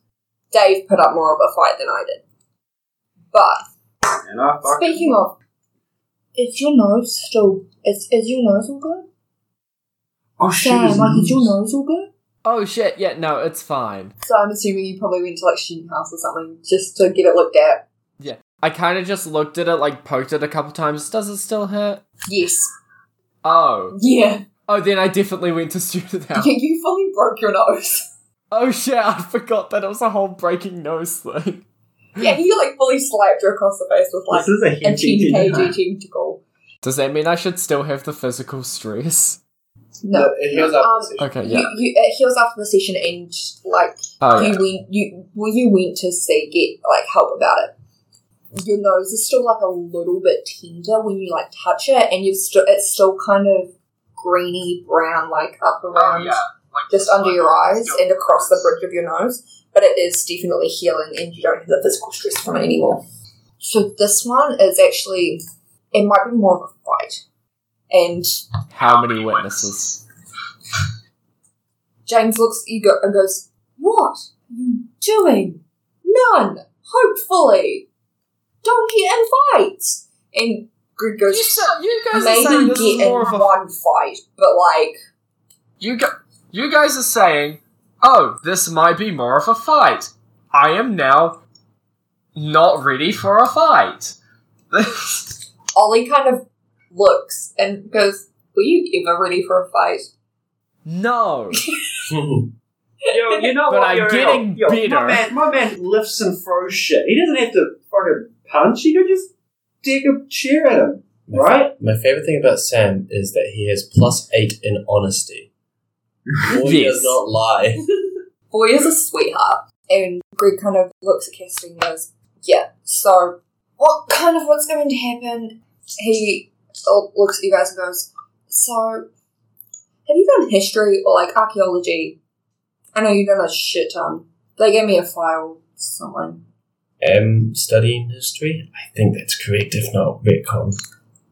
Speaker 4: Dave put up more of a fight than I did. But
Speaker 3: And I fucking
Speaker 4: speaking of, is your nose still? Is is your nose all good?
Speaker 3: oh
Speaker 4: Sam, like, is your nose all good?
Speaker 5: Oh shit, yeah, no, it's fine.
Speaker 4: So I'm assuming you probably went to like student house or something just to get it looked at.
Speaker 5: I kind of just looked at it, like poked it a couple times. Does it still hurt?
Speaker 4: Yes.
Speaker 5: Oh.
Speaker 4: Yeah.
Speaker 5: Oh, then I definitely went to student house.
Speaker 4: Yeah, you fully broke your nose.
Speaker 5: Oh shit, I forgot that it was a whole breaking nose thing.
Speaker 4: yeah, he like fully slapped her across the face with like
Speaker 3: This is a
Speaker 4: a 10
Speaker 3: hinting
Speaker 4: kg tentacle.
Speaker 5: Does that mean I should still have the physical stress?
Speaker 4: No.
Speaker 6: it heals up
Speaker 4: Um,
Speaker 6: the session.
Speaker 5: Okay, yeah.
Speaker 4: You, you, it heals after the session and like
Speaker 5: Oh
Speaker 4: you
Speaker 5: yeah.
Speaker 4: went you well you went to see get like help about it. Your nose is still like a little bit tender when you like touch it, and you've still it's still kind of greeny brown like up
Speaker 8: Oh,
Speaker 4: around
Speaker 8: yeah. Like,
Speaker 4: just under your eyes
Speaker 8: Still-
Speaker 4: and across the bridge of your nose, but it is definitely healing and you don't have the physical stress from it anymore. So this one is actually, it might be more of a fight. And
Speaker 5: How many witnesses?
Speaker 4: James looks eager and goes, What are you doing? None! Hopefully! Don't get in fights! And Greg
Speaker 5: You,
Speaker 4: goes,
Speaker 5: sa- you guys are saying
Speaker 4: Maybe
Speaker 5: this is
Speaker 4: get in
Speaker 5: more of a.
Speaker 4: one fight, but like,
Speaker 5: You, gu- you guys are saying, oh, this might be more of a fight. I am now not ready for a fight.
Speaker 4: Ollie kind of looks and goes, Were you ever ready for a fight?
Speaker 5: no.
Speaker 4: Um,
Speaker 3: Yo, you know
Speaker 5: But
Speaker 3: what?
Speaker 5: I'm
Speaker 3: yo, yo,
Speaker 5: getting
Speaker 3: yo,
Speaker 5: bitter.
Speaker 3: My man, my man lifts and throws shit. He doesn't have to fucking punch. He could just dig a chair at him, right?
Speaker 6: My favorite thing about Sam is that he has plus eight in honesty. Boy
Speaker 5: Yes.
Speaker 6: does not lie.
Speaker 4: Boy is a sweetheart. And Greg kind of looks at Cassidy and goes, Yeah, so what kind of what's going to happen? He l- looks at you guys and goes, So, have you done history or like archaeology? I know you've done a shit ton. They gave me a file, someone.
Speaker 6: Am studying history? I think that's correct, if not retcon.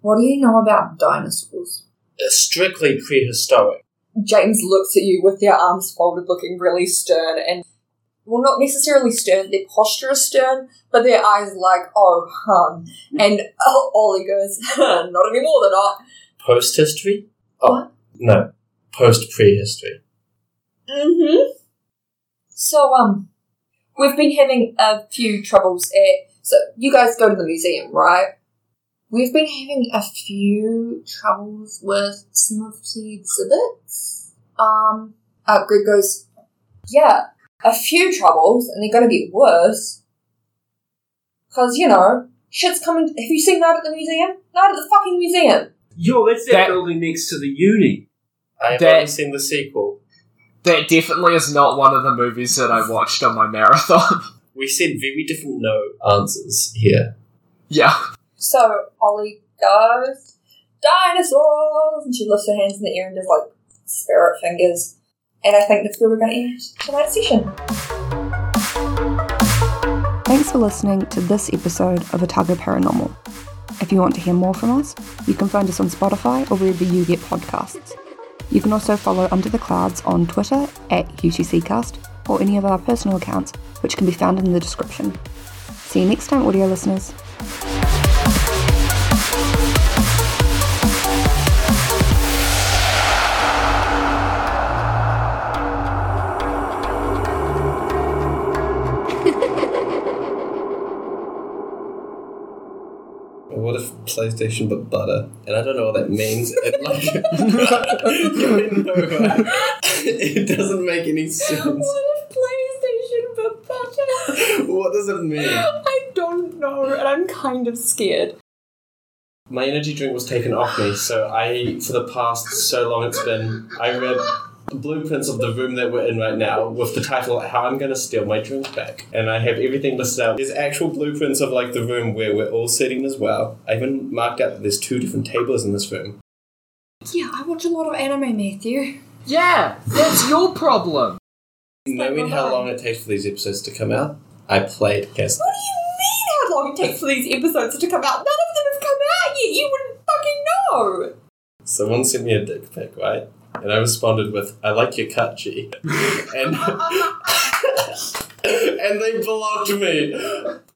Speaker 4: What do you know about dinosaurs?
Speaker 6: Uh, Strictly prehistoric.
Speaker 4: James looks at you with their arms folded, looking really stern and well, not necessarily stern. Their posture is stern, but their eyes like, "Oh, hun." And O- Ollie goes, "Not anymore. They're not."
Speaker 6: Post history?
Speaker 4: What?
Speaker 6: Oh, No. Post prehistory.
Speaker 4: Mm-hmm. So, um, we've been having a few troubles at. So, you guys go to the museum, right? We've been having a few troubles with some of the exhibits. Um, uh, Greg goes, yeah, a few troubles, and they're gonna get worse. Cause, you know, shit's coming. Have you seen Night at the Museum? Night at the fucking museum!
Speaker 3: Yo, that's that,
Speaker 5: That-
Speaker 3: building next to the uni.
Speaker 6: I have
Speaker 5: That-
Speaker 6: only seen the sequel.
Speaker 5: That definitely is not one of the movies that I watched on my marathon.
Speaker 6: We said very different no answers here.
Speaker 5: yeah.
Speaker 4: So Ollie goes, dinosaurs! And she lifts her hands in the air and does like spirit fingers. And I think that's where we're going to end tonight's session.
Speaker 1: Thanks for listening to this episode of Otago Paranormal. If you want to hear more from us, you can find us on Spotify or wherever you get podcasts. You can also follow Under the Clouds on Twitter at UTCcast or any of our personal accounts, which can be found in the description. See you next time, audio listeners.
Speaker 6: What if PlayStation but butter? And I don't know what that means. It, like, You know, it doesn't make any sense.
Speaker 4: PlayStation but better?
Speaker 6: What does it mean?
Speaker 4: I don't know, and I'm kind of scared.
Speaker 6: My energy drink was taken off me, so I, for the past so long it's been, I read blueprints of the room that we're in right now with the title "How I'm Gonna Steal My Drink Back," and I have everything listed out. There's actual blueprints of like the room where we're all sitting as well. I even marked out that there's two different tables in this room.
Speaker 4: Yeah, I watch a lot of anime, Matthew.
Speaker 5: Yeah, that's your problem.
Speaker 6: Knowing how long it takes for these episodes to come out, I played Cast.
Speaker 4: What do you mean how long it takes for these episodes to come out? None of them have come out yet. You wouldn't fucking know.
Speaker 6: Someone sent me a dick pic, right? And I responded with, "I like your cut, G," and and they blocked me.